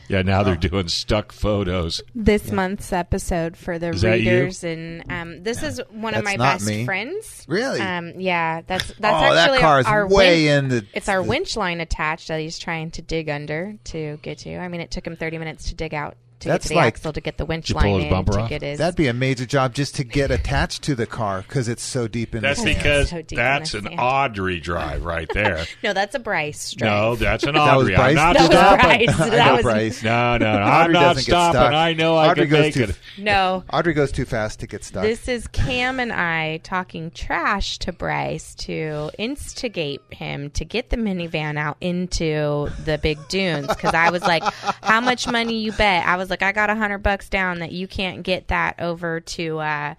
Speaker 4: Yeah, now they're doing stuck photos.
Speaker 6: This month's episode for the
Speaker 4: Is that you?
Speaker 6: readers, and um, this is one of
Speaker 5: That's
Speaker 6: my
Speaker 5: not
Speaker 6: best
Speaker 5: me.
Speaker 6: friends.
Speaker 5: Really?
Speaker 6: Um, yeah, that's that's
Speaker 5: Oh, that
Speaker 6: actually
Speaker 5: car is
Speaker 6: our
Speaker 5: way
Speaker 6: winch-
Speaker 5: in the-
Speaker 6: It's our winch line attached that he's trying to dig under to get to. I mean, it took him thirty minutes to dig out to
Speaker 5: That's
Speaker 6: get to the
Speaker 5: like-
Speaker 6: axle to get the winch
Speaker 4: Did you pull
Speaker 6: line
Speaker 4: his
Speaker 6: in
Speaker 4: bumper
Speaker 6: to
Speaker 4: off?
Speaker 6: get his.
Speaker 5: That'd be a major job just to get attached to the car because it's so deep in. E.
Speaker 4: That's
Speaker 5: the sand.
Speaker 4: because
Speaker 6: so deep in
Speaker 4: that's
Speaker 6: the
Speaker 4: an
Speaker 6: sand.
Speaker 4: Audrey drive
Speaker 5: <laughs>
Speaker 4: right there.
Speaker 6: no, that's a Bryce.
Speaker 4: no, that's an
Speaker 5: That was
Speaker 4: Audrey. I'm not
Speaker 5: Bryce.
Speaker 6: That was
Speaker 4: stopping.
Speaker 5: <laughs>
Speaker 6: Bryce.
Speaker 5: I
Speaker 6: That
Speaker 5: know
Speaker 6: was-
Speaker 4: <laughs>
Speaker 5: Bryce.
Speaker 4: No,
Speaker 5: <laughs>
Speaker 4: no, no. I'm
Speaker 5: Audrey
Speaker 4: not
Speaker 5: doesn't get
Speaker 4: stopping.
Speaker 5: stuck.
Speaker 4: I know I
Speaker 5: Audrey
Speaker 4: can
Speaker 5: goes
Speaker 4: make
Speaker 5: too
Speaker 4: it.
Speaker 6: no.
Speaker 5: Audrey goes too fast to get stuck.
Speaker 6: This is Cam and I talking trash to Bryce to instigate him to get the minivan out into the big dunes because I was like, "How much money you bet?" I was like, "I got a hundred bucks down that you can't get that over to uh,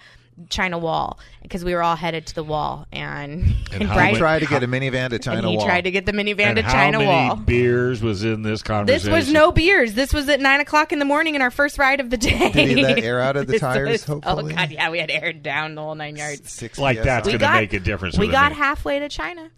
Speaker 6: China Wall because we were all headed to the wall." And,
Speaker 4: And how
Speaker 5: I
Speaker 6: Bryce
Speaker 5: tried to
Speaker 6: <laughs>
Speaker 5: get a minivan to China
Speaker 6: and he
Speaker 5: Wall.
Speaker 6: tried to get the minivan
Speaker 4: and
Speaker 6: to
Speaker 4: how
Speaker 6: China
Speaker 4: many
Speaker 6: Wall.
Speaker 4: beers was in this
Speaker 6: This
Speaker 4: conversation?
Speaker 6: was no beers. This was at nine o'clock in the morning in our first ride of the day.
Speaker 5: Did he let air out of the
Speaker 6: <laughs> This
Speaker 5: tires,
Speaker 6: was-
Speaker 5: hopefully?
Speaker 6: oh god, yeah, we had air down the whole nine yards.
Speaker 5: Six
Speaker 4: like
Speaker 5: PSI.
Speaker 4: that's
Speaker 6: We
Speaker 4: going to
Speaker 6: got-
Speaker 4: make a differerence.
Speaker 6: We
Speaker 4: with
Speaker 6: got
Speaker 4: me.
Speaker 6: halfway to China.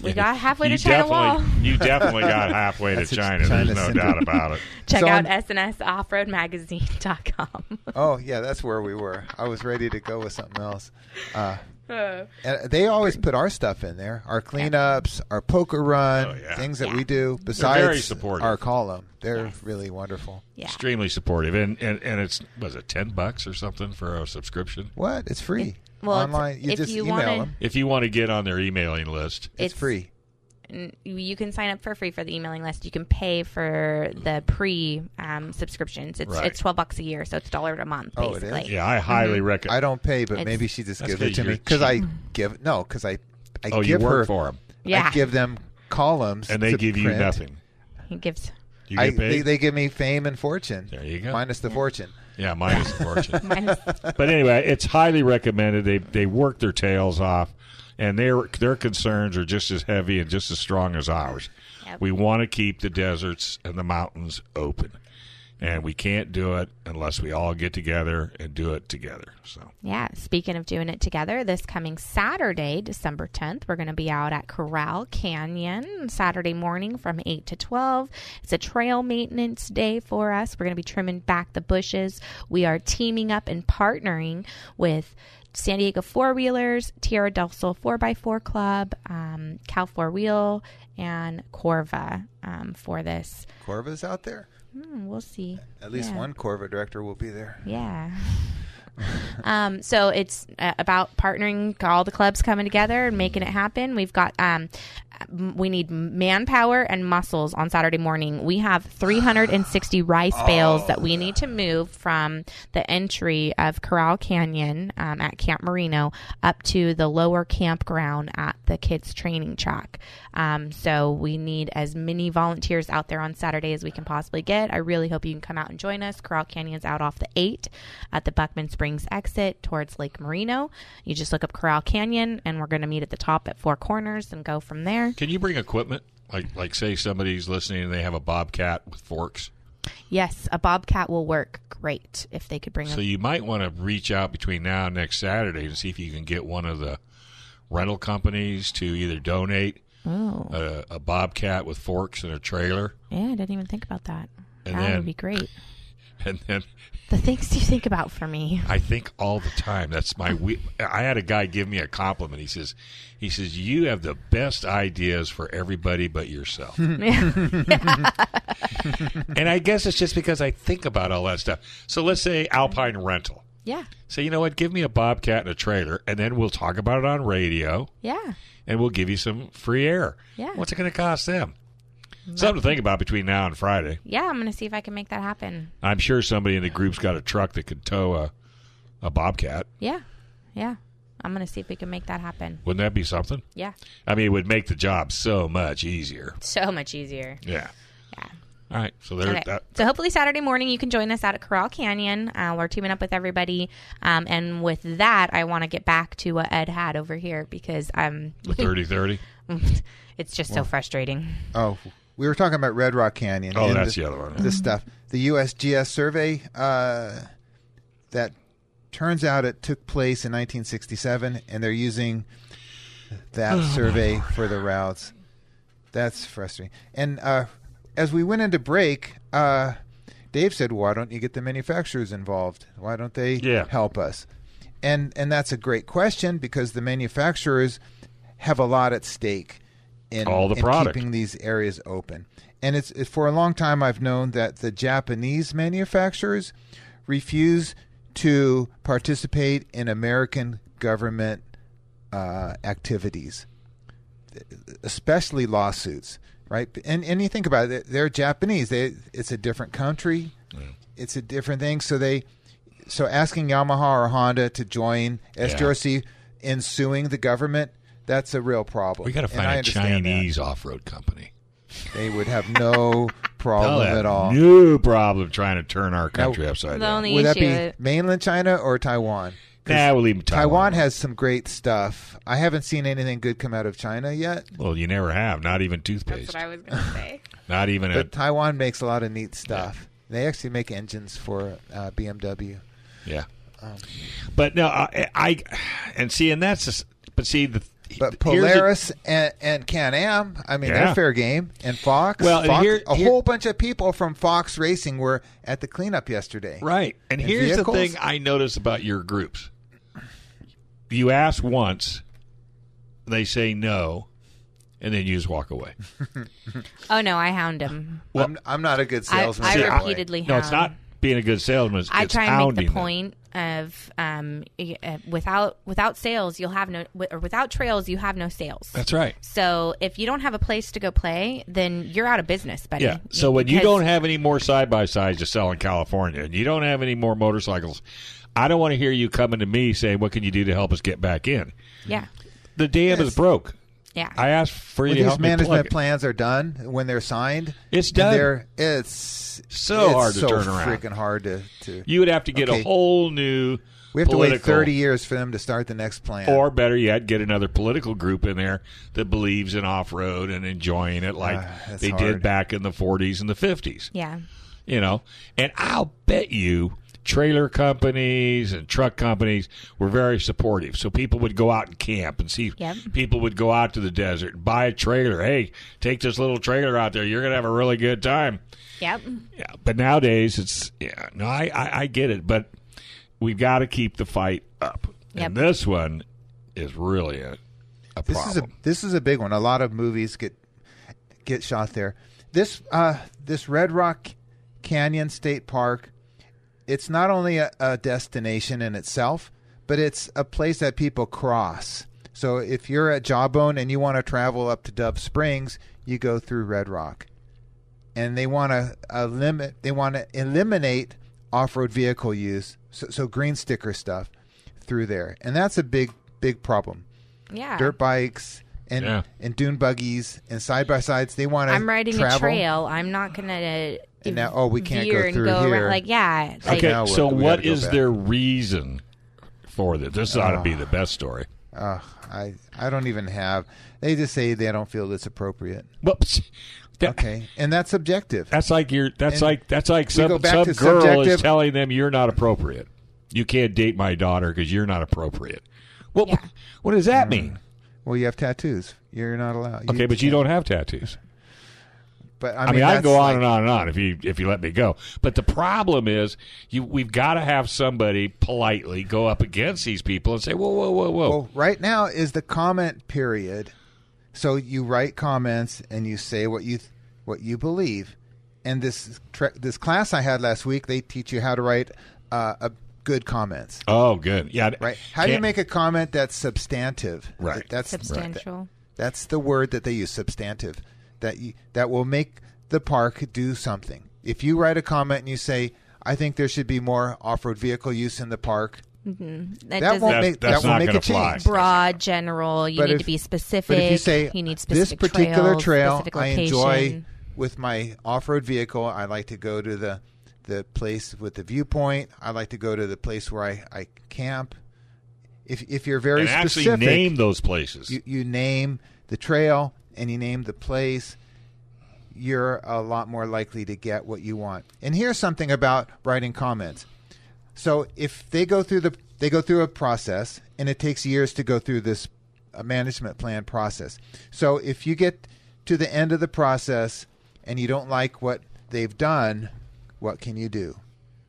Speaker 6: We got halfway
Speaker 4: you
Speaker 6: to China Wall.
Speaker 4: definitely, You definitely
Speaker 5: <laughs>
Speaker 4: got halfway to
Speaker 5: That's a
Speaker 4: China.
Speaker 5: China
Speaker 4: There's no
Speaker 5: syndrome.
Speaker 4: doubt about
Speaker 5: <laughs>
Speaker 4: it.
Speaker 6: <laughs> Check
Speaker 5: So
Speaker 6: out
Speaker 5: I'm-
Speaker 6: snsoffroadmagazine.com.
Speaker 5: Oh yeah, that's where we were. I was ready to go with something else.
Speaker 6: <laughs>
Speaker 5: Uh, and they always put our stuff in there: our cleanups, our poker run,
Speaker 4: Oh, yeah.
Speaker 5: things that
Speaker 6: Yeah.
Speaker 5: we do.
Speaker 4: very
Speaker 5: Besides
Speaker 4: supportive.
Speaker 5: our column, they're really wonderful.
Speaker 6: <laughs> yeah.
Speaker 4: Extremely supportive, and, and and it's was it ten bucks or something for a subscription?
Speaker 5: What? It's free.
Speaker 6: well, it's-
Speaker 5: online. You
Speaker 6: if
Speaker 5: just
Speaker 6: you
Speaker 5: email
Speaker 6: wanna-
Speaker 5: them.
Speaker 4: If you want to get on their emailing list,
Speaker 5: It's, free.
Speaker 6: You can sign up for free for the emailing list. You can pay for the pre um, subscriptions. It's
Speaker 4: Right.
Speaker 6: it's twelve bucks a year, so it's a dollar a month
Speaker 5: Oh, it is?
Speaker 6: basically.
Speaker 4: yeah, I highly
Speaker 5: I
Speaker 4: recommend.
Speaker 5: don't pay, but
Speaker 6: It's-
Speaker 5: maybe she just
Speaker 4: That's
Speaker 5: gives it
Speaker 4: 'cause
Speaker 5: to me
Speaker 4: you're
Speaker 5: because I give no because I I
Speaker 4: Oh, you
Speaker 5: give her
Speaker 4: work for 'em.
Speaker 6: Yeah.
Speaker 5: I give them columns
Speaker 4: and they
Speaker 5: to
Speaker 4: give you
Speaker 5: print.
Speaker 4: nothing.
Speaker 6: He gives
Speaker 4: You
Speaker 5: I,
Speaker 4: get paid.
Speaker 5: they, they give me fame and fortune.
Speaker 4: There you go.
Speaker 5: Minus the fortune.
Speaker 4: yeah, mine is a fortune.
Speaker 6: minus
Speaker 4: <laughs> but anyway, it's highly recommended. They they work their tails off, and their their concerns are just as heavy and just as strong as ours.
Speaker 6: Yep.
Speaker 4: We want to keep the deserts and the mountains open, and we can't do it unless we all get together and do it together. So
Speaker 6: Yeah, speaking of doing it together, this coming Saturday, December 10th, we're going to be out at Corral Canyon Saturday morning from 8 to 12. It's a trail maintenance day for us. We're going to be trimming back the bushes. We are teaming up and partnering with San Diego Four Wheelers, Tierra del Sol 4x4 Club, um, Cal Four Wheel, and Corva um, for this.
Speaker 5: Corva's out there.
Speaker 6: Hmm, we'll see.
Speaker 5: At least
Speaker 6: Yeah.
Speaker 5: one Corva director will be there.
Speaker 6: Yeah. <laughs> um, so it's uh, about partnering all the clubs coming together and making it happen. We've got um, m- we need manpower and muscles on Saturday morning. We have 360 rice bales that we need to move from the entry of Corral Canyon um, at Camp Marino up to the lower campground at the kids training track. Um, so we need as many volunteers out there on Saturday as we can possibly get. I really hope you can come out and join us. Corral Canyon's out off the 8 at the Buckman Springs exit towards Lake Marino. You just look up Corral Canyon and we're going to meet at the top at Four Corners and go from there.
Speaker 4: can you bring equipment? Like like say somebody's listening and they have a bobcat with forks.
Speaker 6: Yes, a bobcat will work great if they could bring
Speaker 4: So
Speaker 6: a
Speaker 4: you might want to reach out between now and next Saturday and see if you can get one of the rental companies to either donate
Speaker 6: Oh,
Speaker 4: a, a bobcat with forks and a trailer, <laughs>
Speaker 6: yeah, I didn't even think about that.
Speaker 4: And
Speaker 6: that
Speaker 4: then-
Speaker 6: would be great.
Speaker 4: and then
Speaker 6: The things you think about for
Speaker 4: <laughs>
Speaker 6: me. <laughs>
Speaker 4: I think all the time. That's my. We- I had a guy give me a compliment. He says, he says you have the best ideas for everybody but yourself. and I guess it's just because I think about all that stuff. So let's say Alpine Rental.
Speaker 6: Yeah,
Speaker 4: Say, you know what? Give me a bobcat and a trailer, and then we'll talk about it on radio,
Speaker 6: yeah,
Speaker 4: and we'll give you some free air.
Speaker 6: Yeah.
Speaker 4: What's it going to cost them? Something to think about between now and Friday.
Speaker 6: yeah. I'm gonna see if I can make that happen.
Speaker 4: I'm sure somebody in the group's got a truck that could tow a, a bobcat.
Speaker 6: Yeah, yeah. I'm gonna see if we can make that happen.
Speaker 4: Wouldn't that be something?
Speaker 6: Yeah,
Speaker 4: I mean, it would make the job so much easier.
Speaker 6: so much easier.
Speaker 4: Yeah.
Speaker 6: Yeah.
Speaker 4: All right. So there.
Speaker 6: Okay.
Speaker 4: That,
Speaker 6: So hopefully Saturday morning you can join us out at Corral Canyon. Uh, we're teaming up with everybody, um, and with that, I want to get back to what Ed had over here because um, <laughs>
Speaker 4: the 30-30.
Speaker 6: it's just so frustrating.
Speaker 5: Oh, we were talking about Red Rock Canyon.
Speaker 4: Oh,
Speaker 5: and
Speaker 4: that's
Speaker 5: the,
Speaker 4: the other one.
Speaker 5: This stuff. The USGS survey uh, that turns out it took place in 1967, and they're using
Speaker 4: Oh,
Speaker 5: that survey for the routes. That's frustrating. And uh, as we went into break, uh, Dave said, "Why don't you get the manufacturers involved? Why don't they
Speaker 9: Yeah.
Speaker 5: help us?" And and that's a great question because the manufacturers have a lot at stake in,
Speaker 9: All the
Speaker 5: in
Speaker 9: product.
Speaker 5: keeping these areas open. And it's it, for a long time I've known that the Japanese manufacturers refuse to participate in American government uh, activities, especially lawsuits. Right, and and you think about it, they're Japanese. They it's a different country, it's a different thing. So they so asking Yamaha or Honda to join SJRC in suing the government. That's a real problem.
Speaker 4: We got to
Speaker 5: And
Speaker 4: find
Speaker 5: I
Speaker 4: a
Speaker 5: understand that.
Speaker 4: Chinese off-road company.
Speaker 5: They would have
Speaker 4: <laughs>
Speaker 5: no
Speaker 4: They'll
Speaker 5: problem
Speaker 4: have
Speaker 5: at all.
Speaker 4: No problem trying to turn our country upside
Speaker 6: The
Speaker 4: down.
Speaker 6: only
Speaker 5: Would that
Speaker 6: issue.
Speaker 5: be mainland China or Taiwan?
Speaker 4: Nah, we'll leave Taiwan.
Speaker 5: Taiwan has some great stuff. I haven't seen anything good come out of China yet,
Speaker 4: Well, you never have. Not even toothpaste.
Speaker 6: That's what I was gonna say.
Speaker 4: Not even a
Speaker 5: but Taiwan makes a lot of neat stuff. They actually make engines for uh, BMW.
Speaker 4: yeah.
Speaker 5: Um,
Speaker 4: But no, I, I and see, and that's just, but see the here's
Speaker 5: But
Speaker 4: the-
Speaker 5: Polaris and, and Can Am, I mean,
Speaker 4: Yeah.
Speaker 5: they're fair game. And Fox,
Speaker 4: Well, and
Speaker 5: Fox-
Speaker 4: here-
Speaker 5: a
Speaker 4: here-
Speaker 5: whole bunch of people from Fox Racing were at the cleanup yesterday.
Speaker 4: Right. And,
Speaker 5: And
Speaker 4: here's
Speaker 5: vehicles?
Speaker 4: the thing I notice about your groups. You ask once, they say no, and then you just walk away.
Speaker 6: Oh no, I hound him.
Speaker 5: I'm, I'm not a good
Speaker 6: I,
Speaker 5: salesman.
Speaker 6: I
Speaker 5: that way.
Speaker 6: repeatedly hound.
Speaker 4: No, it's not being a good salesman. It's,
Speaker 6: I
Speaker 4: it's
Speaker 6: try and
Speaker 4: hounding
Speaker 6: make the
Speaker 4: them.
Speaker 6: point of um, y- uh, without without sales you'll have no wi- or without trails you have no sales.
Speaker 4: That's right.
Speaker 6: So if you don't have a place to go play, then you're out of business, buddy.
Speaker 4: Yeah. So when you
Speaker 6: Because-
Speaker 4: don't have any more side by sides to sell in California and you don't have any more motorcycles, I don't want to hear you coming to me saying, What can you do to help us get back in?
Speaker 6: yeah,
Speaker 4: The dam is broke.
Speaker 6: yeah,
Speaker 4: I asked for you
Speaker 5: When
Speaker 4: to
Speaker 5: these
Speaker 4: help me plug
Speaker 5: management
Speaker 4: it.
Speaker 5: plans are done, when they're signed,
Speaker 4: It's
Speaker 5: and
Speaker 4: done.
Speaker 5: They're, it's
Speaker 4: So
Speaker 5: it's
Speaker 4: hard to
Speaker 5: so
Speaker 4: turn around.
Speaker 5: Freaking hard to. to
Speaker 4: You would have to get
Speaker 5: Okay.
Speaker 4: a whole new.
Speaker 5: we have to wait
Speaker 4: political-
Speaker 5: thirty years for them to start the next plan.
Speaker 4: Or better yet, get another political group in there that believes in off road and enjoying it like
Speaker 5: Ah, that's
Speaker 4: they
Speaker 5: hard.
Speaker 4: did back in the 40s and the 50s.
Speaker 6: yeah.
Speaker 4: You know, and I'll bet you trailer companies and truck companies were very supportive. So people would go out and camp and see.
Speaker 6: Yep.
Speaker 4: People would go out to the desert and buy a trailer. Hey, take this little trailer out there. You're going to have a really good time.
Speaker 6: Yep.
Speaker 4: Yeah, but nowadays it's yeah. No, I I, I get it, but we've got to keep the fight up. And
Speaker 6: Yep.
Speaker 4: this one is really a, a
Speaker 5: this
Speaker 4: problem.
Speaker 5: is a this is a big one. A lot of movies get get shot there. This uh, this Red Rock Canyon State Park. It's not only a, a destination in itself, but it's a place that people cross. So if you're at Jawbone and you want to travel up to Dove Springs, you go through Red Rock, and they want to uh, limit. They want to eliminate off-road vehicle use, so, so green sticker stuff through there, and that's a big big problem
Speaker 6: Yeah.
Speaker 5: dirt bikes and
Speaker 4: Yeah.
Speaker 5: and dune buggies and side by sides. They want to.
Speaker 6: I'm riding
Speaker 5: travel.
Speaker 6: a trail. I'm not gonna.
Speaker 5: And now, oh, we can't go
Speaker 6: veer and
Speaker 5: through
Speaker 6: go
Speaker 5: here.
Speaker 6: Around. Like yeah. Like,
Speaker 4: okay,
Speaker 5: now
Speaker 4: so
Speaker 5: we- we
Speaker 4: what
Speaker 5: gotta go
Speaker 4: is
Speaker 5: back. Ah.
Speaker 4: their reason for this? This ought to be the best story.
Speaker 5: Ugh, I I don't even have. They just say they don't feel it's appropriate.
Speaker 4: Whoops. That-
Speaker 5: Okay, and that's subjective.
Speaker 4: That's like your. That's
Speaker 5: And
Speaker 4: like that's like
Speaker 5: go
Speaker 4: some
Speaker 5: back
Speaker 4: some
Speaker 5: to
Speaker 4: girl
Speaker 5: subjective-
Speaker 4: is telling them you're not appropriate. You can't date my daughter because you're not appropriate. Well,
Speaker 6: Yeah.
Speaker 4: what does
Speaker 5: Mm.
Speaker 4: that mean?
Speaker 5: Well, you have tattoos. You're not allowed.
Speaker 4: Okay, but you don't have tattoos.
Speaker 5: But
Speaker 4: I mean, I, can
Speaker 5: that's
Speaker 4: go on
Speaker 5: like-
Speaker 4: and on and on if you if you let me go. But the problem is, you we've got to have somebody politely go up against these people and say, whoa, whoa, whoa, whoa.
Speaker 5: Well, right now is the comment period. So you write comments and you say what you th- what you believe. And this tra- this class I had last week, they teach you how to write uh, a good comments.
Speaker 4: oh, good. Yeah.
Speaker 5: Right? How do you
Speaker 4: Can't-
Speaker 5: make a comment that's substantive?
Speaker 4: Right.
Speaker 5: Th- That's
Speaker 6: Substantial.
Speaker 5: That's the word that they use, substantive. That you, that will make the park do something. If you write a comment and you say, "I think there should be more off-road vehicle use in the park,"
Speaker 6: That,
Speaker 5: that
Speaker 4: That's-
Speaker 5: won't
Speaker 6: doesn't
Speaker 5: make
Speaker 4: that's
Speaker 5: that
Speaker 4: not
Speaker 5: won't make
Speaker 4: gonna
Speaker 5: a change.
Speaker 4: fly.
Speaker 6: broad, general. You
Speaker 5: But
Speaker 6: need
Speaker 5: if-
Speaker 6: to be specific.
Speaker 5: But if you say
Speaker 6: you need
Speaker 5: this
Speaker 6: specific
Speaker 5: particular
Speaker 6: trails,
Speaker 5: trail,
Speaker 6: specific
Speaker 5: I enjoy
Speaker 6: location."
Speaker 5: with my off-road vehicle, I like to go to the the place with the viewpoint. I like to go to the place where I, I camp. If if you're very
Speaker 4: and actually
Speaker 5: specific,
Speaker 4: name those places.
Speaker 5: you, you name the trail and you name the place, you're a lot more likely to get what you want. And here's something about writing comments. So if they go through the they go through a process and it takes years to go through this uh, management plan process. So if you get to the end of the process and you don't like what they've done, what can you do?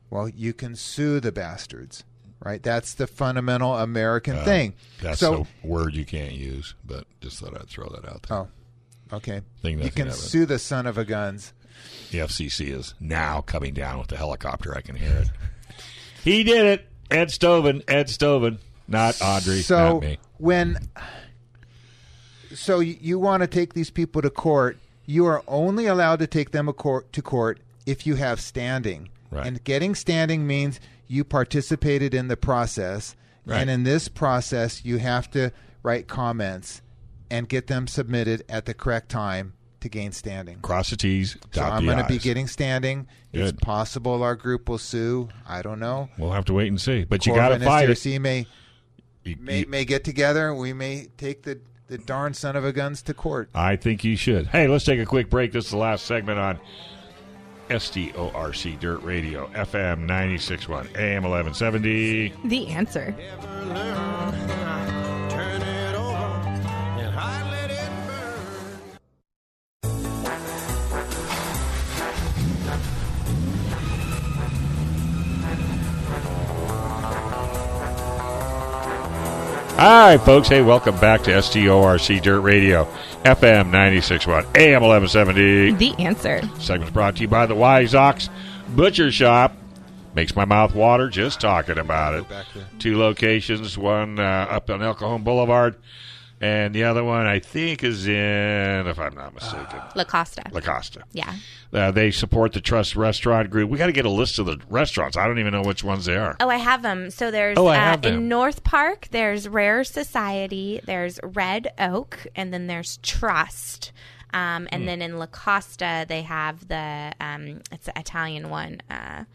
Speaker 5: Well, you can sue the bastards, right? That's the fundamental American thing.
Speaker 4: That's
Speaker 5: so
Speaker 4: a word you can't use, but just thought I'd throw that out there.
Speaker 5: Oh, okay.
Speaker 4: Think
Speaker 5: You
Speaker 4: nothing
Speaker 5: can
Speaker 4: of it.
Speaker 5: sue the son of a guns. Oh.
Speaker 4: The FCC is now coming down with the helicopter. I can hear it. <laughs> he did it. Ed Stoven. Ed Stoven. Not Audrey.
Speaker 5: so
Speaker 4: not me.
Speaker 5: when, so y- you want to take these people to court? You are only allowed to take them a court to court if you have standing.
Speaker 4: Right.
Speaker 5: And getting standing means you participated in the process,
Speaker 4: Right.
Speaker 5: and in this process, you have to write comments and get them submitted at the correct time to gain standing.
Speaker 4: Cross the T's.
Speaker 5: So
Speaker 4: dot
Speaker 5: I'm
Speaker 4: the
Speaker 5: going to be
Speaker 4: I's.
Speaker 5: getting standing. It's
Speaker 4: Good.
Speaker 5: possible our group will sue. I don't know.
Speaker 4: We'll have to wait and see. But you
Speaker 5: Corbin
Speaker 4: got to
Speaker 5: and
Speaker 4: fight it.
Speaker 5: CRC may
Speaker 4: You-
Speaker 5: may,
Speaker 4: you-
Speaker 5: may get together. We may take the the darn son of a guns to court.
Speaker 4: I think you should. Hey, let's take a quick break. This is the last segment on STORC Dirt Radio, FM 96.1, AM 1170.
Speaker 6: The answer.
Speaker 4: All right, folks. Hey, welcome back to STORC Dirt Radio, FM 96.1, AM 1170.
Speaker 6: The answer.
Speaker 4: Segment's brought to you by the Wise Ox Butcher Shop. Makes my mouth water just talking about it. Two locations, one uh, up on El Cajon Boulevard, and the other one I think is in, if I'm not mistaken,
Speaker 6: La Costa.
Speaker 4: La Costa.
Speaker 6: yeah.
Speaker 4: Uh, they support the Trust Restaurant Group. We got to get a list of the restaurants. I don't even know which ones they are.
Speaker 6: Oh, I have them. So there's
Speaker 4: Oh,
Speaker 6: uh,
Speaker 4: I have them.
Speaker 6: in North Park. There's Rare Society. There's Red Oak, and then there's Trust. Um,
Speaker 4: Hmm.
Speaker 6: and then in La Costa, they have the um, it's the Italian one. Uh,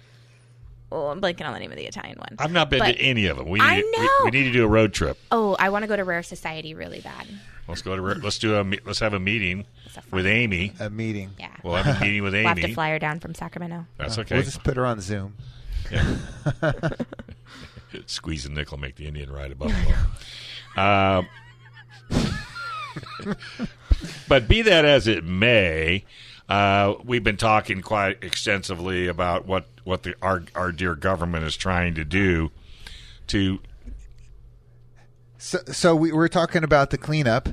Speaker 6: oh, I'm blanking on the name of the Italian one.
Speaker 4: I've not been
Speaker 6: But-
Speaker 4: to any of them. We need,
Speaker 6: I
Speaker 4: we-
Speaker 6: know.
Speaker 4: We, need to do a road trip.
Speaker 6: Oh, I want to go to Rare Society really bad.
Speaker 4: Let's go to. re- Let's do a. me- Let's have a meeting
Speaker 6: So fun.
Speaker 4: with Amy.
Speaker 5: A meeting.
Speaker 6: Yeah,
Speaker 4: We'll have a meeting with
Speaker 6: we'll have to
Speaker 4: Amy.
Speaker 6: fly her down from Sacramento.
Speaker 4: That's okay.
Speaker 5: We'll just put her on Zoom.
Speaker 4: Squeeze a nickel, make the Indian
Speaker 6: <laughs>
Speaker 4: ride a buffalo. um, <laughs> but be that as it may, uh, we've been talking quite extensively about what what the our our dear government is trying to do to
Speaker 5: So, so we were talking about the cleanup,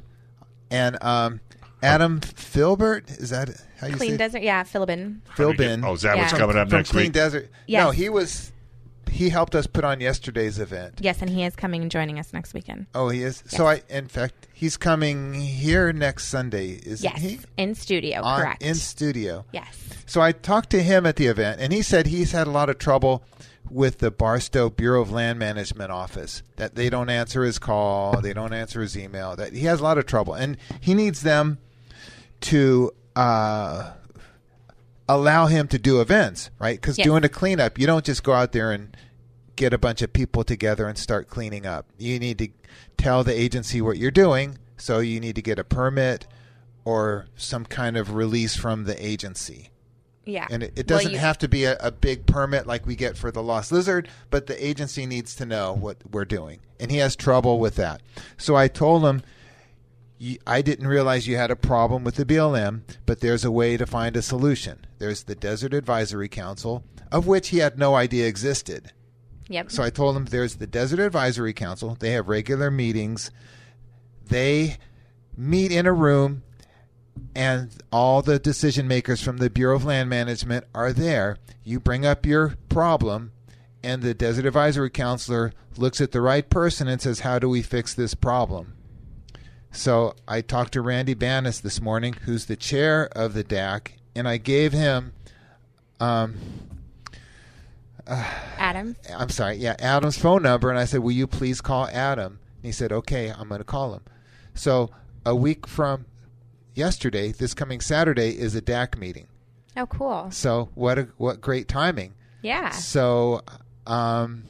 Speaker 5: and um, Adam Filbert is that how you
Speaker 6: Clean
Speaker 5: say
Speaker 6: Desert, yeah, Philbin.
Speaker 5: Philbin?
Speaker 4: Oh, is that what's
Speaker 6: Yeah.
Speaker 4: coming up
Speaker 5: from
Speaker 4: next
Speaker 5: Clean
Speaker 4: week?
Speaker 5: Desert.
Speaker 6: Yes.
Speaker 5: No, he was. He helped us put on yesterday's event.
Speaker 6: Yes, and he is coming and joining us next weekend.
Speaker 5: Oh, he is. So I, in fact, he's coming here next Sunday, isn't
Speaker 6: Yes,
Speaker 5: he?
Speaker 6: in studio,
Speaker 5: On-
Speaker 6: correct.
Speaker 5: in studio.
Speaker 6: yes.
Speaker 5: So I talked to him at the event, and he said he's had a lot of trouble with the Barstow Bureau of Land Management office that they don't answer his call, they don't answer his email. That he has a lot of trouble, and he needs them to uh, allow him to do events, right? Because
Speaker 6: Yes.
Speaker 5: doing a cleanup, you don't just go out there and get a bunch of people together and start cleaning up. You need to tell the agency what you're doing, so you need to get a permit or some kind of release from the agency.
Speaker 6: Yeah.
Speaker 5: And it, it
Speaker 6: Well,
Speaker 5: doesn't
Speaker 6: you-
Speaker 5: have to be a, a big permit like we get for the Lost Lizard, but the agency needs to know what we're doing. And he has trouble with that. So I told him, "You- I didn't realize you had a problem with the BLM, but there's a way to find a solution. There's the Desert Advisory Council, of which he had no idea existed.
Speaker 6: Yep.
Speaker 5: So I told him there's the Desert Advisory Council. They have regular meetings. They meet in a room, and all the decision makers from the Bureau of Land Management are there. You bring up your problem, and the Desert Advisory Counselor looks at the right person and says, How do we fix this problem? So I talked to Randy Bannis this morning, who's the chair of the DAC, and I gave him
Speaker 6: Adam.
Speaker 5: I'm sorry, yeah, Adam's phone number, and I said, "Will you please call Adam?" And he said, "Okay, I'm going to call him." So a week from yesterday, this coming Saturday is a DAC meeting.
Speaker 6: Oh, cool.
Speaker 5: So what a what great timing!
Speaker 6: Yeah.
Speaker 5: So, um,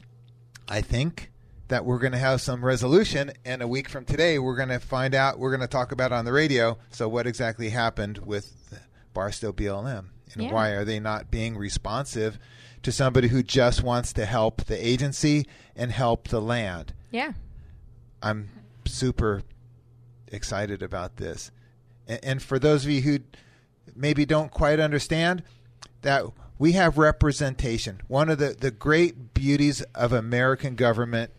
Speaker 5: I think that we're going to have some resolution, and a week from today, we're going to find out. We're going to talk about it on the radio. So what exactly happened with Barstow BLM, and
Speaker 6: Yeah.
Speaker 5: why are they not being responsive to somebody who just wants to help the agency and help the land?
Speaker 6: Yeah.
Speaker 5: I'm super excited about this. And, and for those of you who maybe don't quite understand, that we have representation. One of the, the great beauties of American government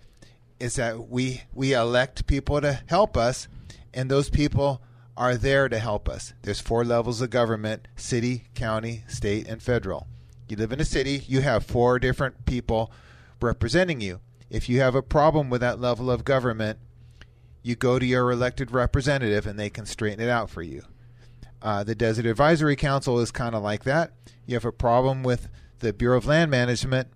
Speaker 5: is that we we elect people to help us, and those people are there to help us. There's four levels of government: city, county, state, and federal. You live in a city, you have four different people representing you. If you have a problem with that level of government, you go to your elected representative and they can straighten it out for you. Uh, the Desert Advisory Council is kind of like that. You have a problem with the Bureau of Land Management,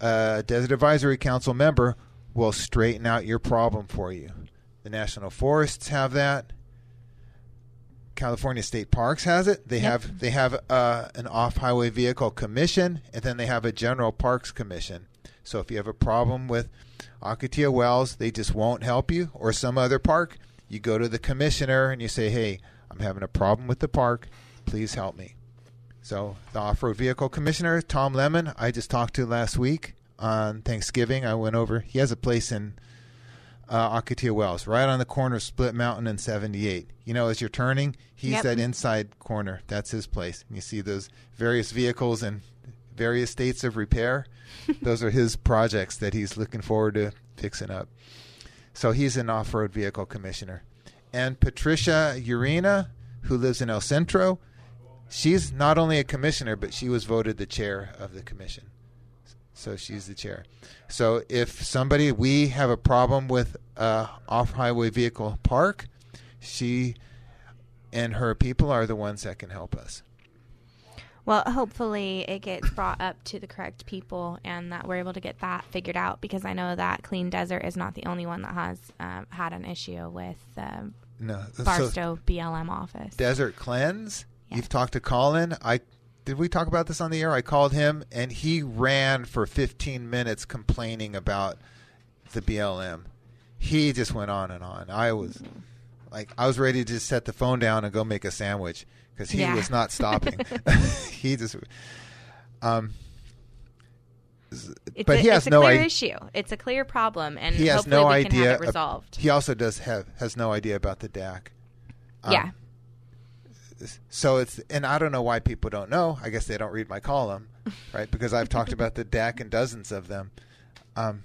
Speaker 5: a uh, Desert Advisory Council member will straighten out your problem for you. The National Forests have that. California State Parks has it. They have they have uh, an off highway vehicle commission, and then they have a general parks commission. So if you have a problem with Akatia Wells, they just won't help you, or some other park. You go to the commissioner and you say, "Hey, I'm having a problem with the park. Please help me." So the off-road vehicle commissioner, Tom Lemon, I just talked to last week on Thanksgiving. I went over. He has a place in uh, Akatia Wells, right on the corner of Split Mountain and 78. You know, as you're turning, he's
Speaker 6: Yep.
Speaker 5: that inside corner. That's his place. And you see those various vehicles in various states of repair. those are his projects that he's looking forward to fixing up. So he's an off road vehicle commissioner. And Patricia Urina, who lives in El Centro, she's not only a commissioner, but she was voted the chair of the commission. So she's the chair. So if somebody we have a problem with uh, off highway vehicle park, she and her people are the ones that can help us.
Speaker 6: Well, hopefully it gets brought up to the correct people and that we're able to get that figured out because I know that Clean Desert is not the only one that has um, had an issue with the
Speaker 5: No, so
Speaker 6: Barstow BLM office.
Speaker 5: desert cleanse.
Speaker 6: Yeah.
Speaker 5: You've talked to Colin. I did we talk about this on the air? I called him and he ran for 15 minutes complaining about the BLM. He just went on and on. I was
Speaker 6: Mm.
Speaker 5: like, I was ready to just set the phone down and go make a sandwich because he
Speaker 6: Yeah.
Speaker 5: was not
Speaker 6: <laughs>
Speaker 5: stopping. <laughs> he just, um,
Speaker 6: It's
Speaker 5: but
Speaker 6: a,
Speaker 5: he has
Speaker 6: it's a
Speaker 5: no
Speaker 6: clear
Speaker 5: i-
Speaker 6: issue. It's a clear problem, and
Speaker 5: he has
Speaker 6: hopefully
Speaker 5: no
Speaker 6: we
Speaker 5: idea.
Speaker 6: can have
Speaker 5: ab-
Speaker 6: it resolved.
Speaker 5: he also does have has no idea about the DAC. Um,
Speaker 6: yeah,
Speaker 5: So it's and I don't know why people don't know. I guess they don't read my
Speaker 6: <laughs>
Speaker 5: column, right? Because I've talked about the DAC and dozens of them. Um,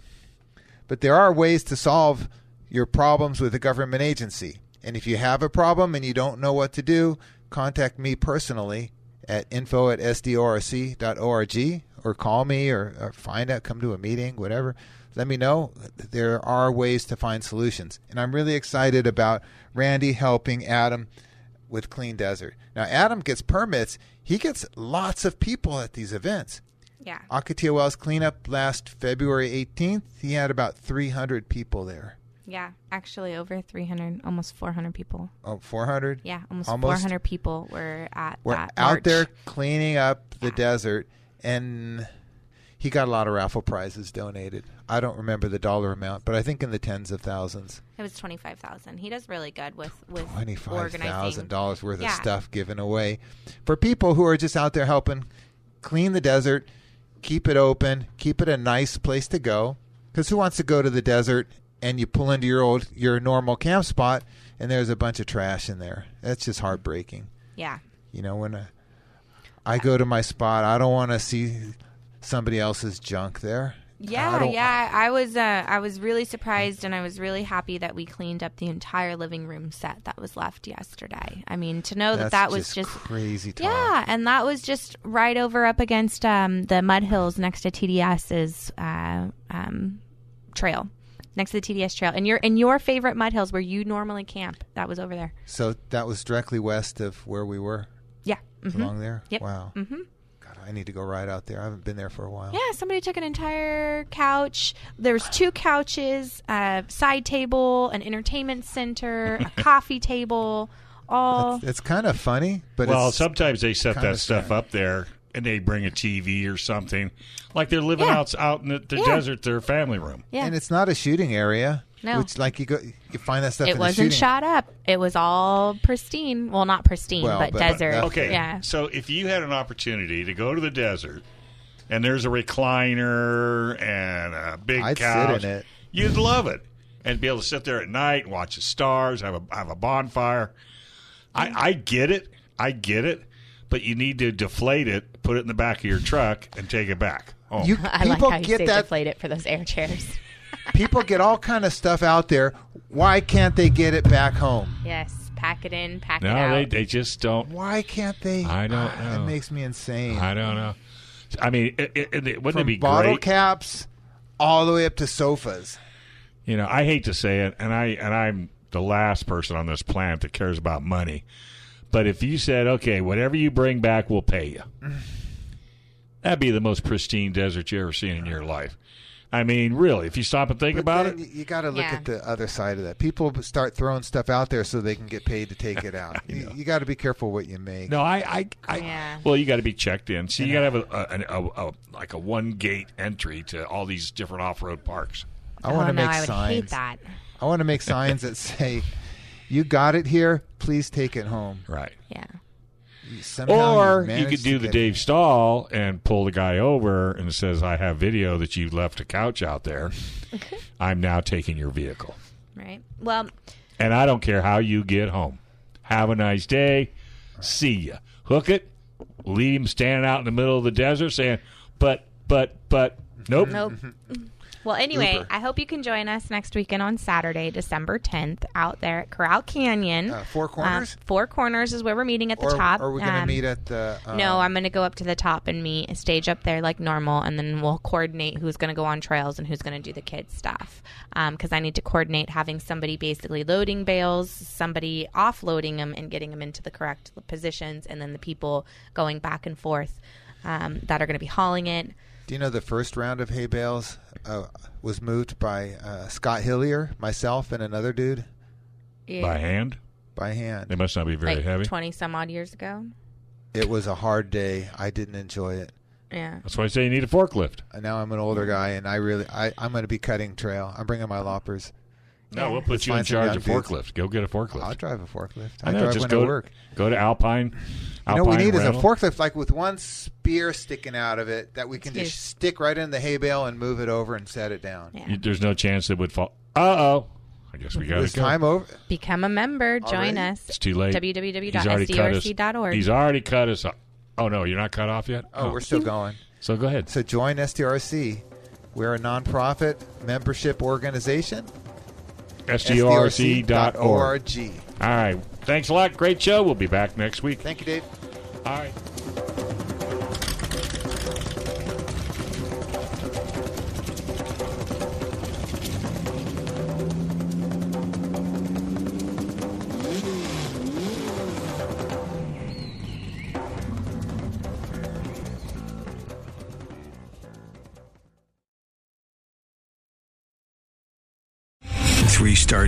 Speaker 5: but there are ways to solve your problems with a government agency. And if you have a problem and you don't know what to do, contact me personally at info at sdorc.org or call me or, or find out, come to a meeting, whatever. Let me know. There are ways to find solutions. And I'm really excited about Randy helping Adam with Clean Desert. Now, Adam gets permits. He gets lots of people at these events.
Speaker 6: yeah.
Speaker 5: Akatia Wells cleanup last February 18th. He had about 300 people there.
Speaker 6: Yeah, actually, over 300, almost 400 people.
Speaker 5: Oh, 400?
Speaker 6: Yeah, almost,
Speaker 5: Almost.
Speaker 6: 400 people were at
Speaker 5: We're
Speaker 6: that
Speaker 5: out
Speaker 6: march.
Speaker 5: there cleaning up the desert, and He got a lot of raffle prizes donated. I don't remember the dollar amount, but I think in the tens of thousands.
Speaker 6: It was twenty five thousand. He does really good with with
Speaker 5: twenty five
Speaker 6: organizing.
Speaker 5: thousand dollars worth
Speaker 6: Yeah.
Speaker 5: of stuff given away for people who are just out there helping clean the desert, keep it open, keep it a nice place to go. Because who wants to go to the desert and you pull into your old your normal camp spot and there's a bunch of trash in there? That's just heartbreaking.
Speaker 6: Yeah,
Speaker 5: You know when uh, I go to my spot, I don't want to see somebody else's junk there. I
Speaker 6: yeah,
Speaker 5: don't-
Speaker 6: yeah. I was uh, I was really surprised, and I was really happy that we cleaned up the entire living room set that was left yesterday. I mean, to know
Speaker 5: That's
Speaker 6: that that was
Speaker 5: just
Speaker 6: just
Speaker 5: crazy talk.
Speaker 6: Yeah, and that was just right over up against um, the mud hills next to TDS's uh, um, trail, next to the TDS trail, and your and your favorite mud hills where you normally camp. That was over there.
Speaker 5: So that was directly west of where we were.
Speaker 6: Yeah.
Speaker 5: It's
Speaker 6: Mhm.
Speaker 5: along there.
Speaker 6: Yep.
Speaker 5: Wow. Mm-hmm. God, I need to go right out there. I haven't been there for a while.
Speaker 6: Yeah, somebody took an entire couch. There was two couches, a side table, an entertainment center,
Speaker 10: <laughs>
Speaker 6: a coffee table, all.
Speaker 5: It's kind of funny, but
Speaker 4: well,
Speaker 5: it's,
Speaker 4: sometimes they set
Speaker 5: kinda
Speaker 4: that stuff
Speaker 5: scary.
Speaker 4: up there and they bring a TV or something. Like they're living
Speaker 6: Yeah.
Speaker 4: out, out in the, the
Speaker 6: Yeah.
Speaker 4: desert, their family room.
Speaker 6: yeah.
Speaker 5: and it's not a shooting area.
Speaker 6: No.
Speaker 5: Which like you go, you find that stuff. in
Speaker 6: it
Speaker 5: the
Speaker 6: wasn't
Speaker 5: shooting-
Speaker 6: shot up. It was all pristine. Well, not pristine,
Speaker 5: Well,
Speaker 6: but,
Speaker 5: but-
Speaker 6: desert.
Speaker 5: but-
Speaker 4: Okay.
Speaker 6: Yeah.
Speaker 4: So if you had an opportunity to go to the desert and there's a recliner and a big
Speaker 5: I'd sit
Speaker 4: couch,
Speaker 5: in it.
Speaker 4: you'd love it and be able to sit there at night, watch the stars, have a have a bonfire. I, I get it. I get it. But you need to deflate it, put it in the back of your truck, and take it back. home.
Speaker 6: <laughs>
Speaker 5: You
Speaker 10: <laughs> I like
Speaker 5: people
Speaker 10: how you
Speaker 5: get
Speaker 10: say
Speaker 5: that.
Speaker 10: deflate it for those air chairs.
Speaker 5: people get all kind of stuff out there. Why can't they get it back home?
Speaker 10: Yes, pack it in, pack it
Speaker 4: no,
Speaker 10: out.
Speaker 4: they, they just don't.
Speaker 5: Why can't they?
Speaker 4: I don't
Speaker 5: Ah,
Speaker 4: know.
Speaker 5: It makes me insane.
Speaker 4: I don't know. I mean, it, it, it, wouldn't it
Speaker 5: From
Speaker 4: be
Speaker 5: bottle
Speaker 4: great?
Speaker 5: caps all the way up to sofas.
Speaker 4: you know, I hate to say it, and I and I'm the last person on this planet that cares about money. But if you said, okay, whatever you bring back, we'll pay you, that'd be the most pristine desert you ever seen in your life. I mean, really, if you stop and think
Speaker 5: But
Speaker 4: about
Speaker 5: then
Speaker 4: it,
Speaker 5: you- You got to look
Speaker 10: Yeah.
Speaker 5: at the other side of that. People start throwing stuff out there so they can get paid
Speaker 4: <laughs>
Speaker 5: to take it out. you you got to be careful what you make.
Speaker 4: No, I, I, I
Speaker 10: Yeah.
Speaker 4: well, you got to be checked in. So you got to have a, a, a, a, like a one gate entry to all these different off road parks.
Speaker 5: I want
Speaker 10: oh,
Speaker 5: to
Speaker 10: no,
Speaker 5: make
Speaker 10: I would
Speaker 5: signs.
Speaker 10: hate that.
Speaker 5: I want to make signs that say, "You got it here. Please take it home."
Speaker 4: Right.
Speaker 10: Yeah.
Speaker 5: Somehow
Speaker 4: Or you
Speaker 5: managed
Speaker 4: could
Speaker 5: to
Speaker 4: do the
Speaker 5: get
Speaker 4: Dave Stahl and pull the guy over and says, "I have video that you left a couch out
Speaker 6: <laughs>
Speaker 4: there. I'm now taking your vehicle,
Speaker 6: Right. Well,
Speaker 4: and I don't care how you get home. Have a nice day. See ya. Hook it. Leave him standing out in the middle of the desert saying, "But, but, but, nope,
Speaker 5: <laughs>
Speaker 6: Nope. Well, anyway, I hope you can join us next weekend on Saturday, December 10th, out there at Corral Canyon.
Speaker 5: Uh, Four Corners?
Speaker 6: Uh, Four Corners is where we're meeting at the
Speaker 5: Or
Speaker 6: top.
Speaker 5: are we going to
Speaker 6: Um,
Speaker 5: meet at the? Uh,
Speaker 6: no, I'm going to go up to the top and meet, stage up there like normal, and then we'll coordinate who's going to go on trails and who's going to do the kids' stuff. Because I need to coordinate having somebody basically loading bales, somebody offloading them and getting them into the correct positions, and then the people going back and forth um, that are going to be hauling it.
Speaker 5: Do you know the first round of hay bales uh, was moved by uh, Scott Hillier, myself, and another dude
Speaker 4: by hand.
Speaker 5: by hand.
Speaker 4: They must not be very
Speaker 6: like
Speaker 4: heavy.
Speaker 6: 20 some odd years ago.
Speaker 5: It was a hard day. I didn't enjoy it.
Speaker 6: Yeah.
Speaker 4: That's why I say you need a forklift.
Speaker 5: And now I'm an older guy, and I really, I, I'm going to be cutting trail. I'm bringing my loppers.
Speaker 4: No, we'll put
Speaker 5: Let's
Speaker 4: you in
Speaker 5: find some
Speaker 4: charge
Speaker 5: young
Speaker 4: of
Speaker 5: dudes.
Speaker 4: forklift. Go get a forklift.
Speaker 5: I'll drive a forklift.
Speaker 4: I
Speaker 5: I,
Speaker 4: know,
Speaker 5: drive
Speaker 4: just
Speaker 5: when
Speaker 4: go
Speaker 5: I work.
Speaker 4: Go to Alpine.
Speaker 5: You know
Speaker 4: Alpine
Speaker 5: what we need
Speaker 4: Rental.
Speaker 5: is a forklift, like with one spear sticking out of it, that we can
Speaker 6: Excuse-
Speaker 5: just stick right in the hay bale and move it over and set it down.
Speaker 6: Yeah.
Speaker 4: You- there's no chance it would fall. Uh oh. I guess we got
Speaker 5: Is
Speaker 4: to go.
Speaker 5: time over?
Speaker 6: Become a member. Join
Speaker 5: Already?
Speaker 6: us.
Speaker 4: it's too late. He's already cut us-
Speaker 6: www.sdrc.org.
Speaker 4: He's already cut us off. Oh no, you're not cut off yet.
Speaker 5: Oh, we're still going.
Speaker 4: so go ahead.
Speaker 5: So join STRC. We're a nonprofit membership organization.
Speaker 4: SDRC.org.
Speaker 5: SDRC.org.
Speaker 4: All right. Thanks a lot. Great show. We'll be back next week.
Speaker 5: Thank you, Dave.
Speaker 4: All right.
Speaker 1: Three star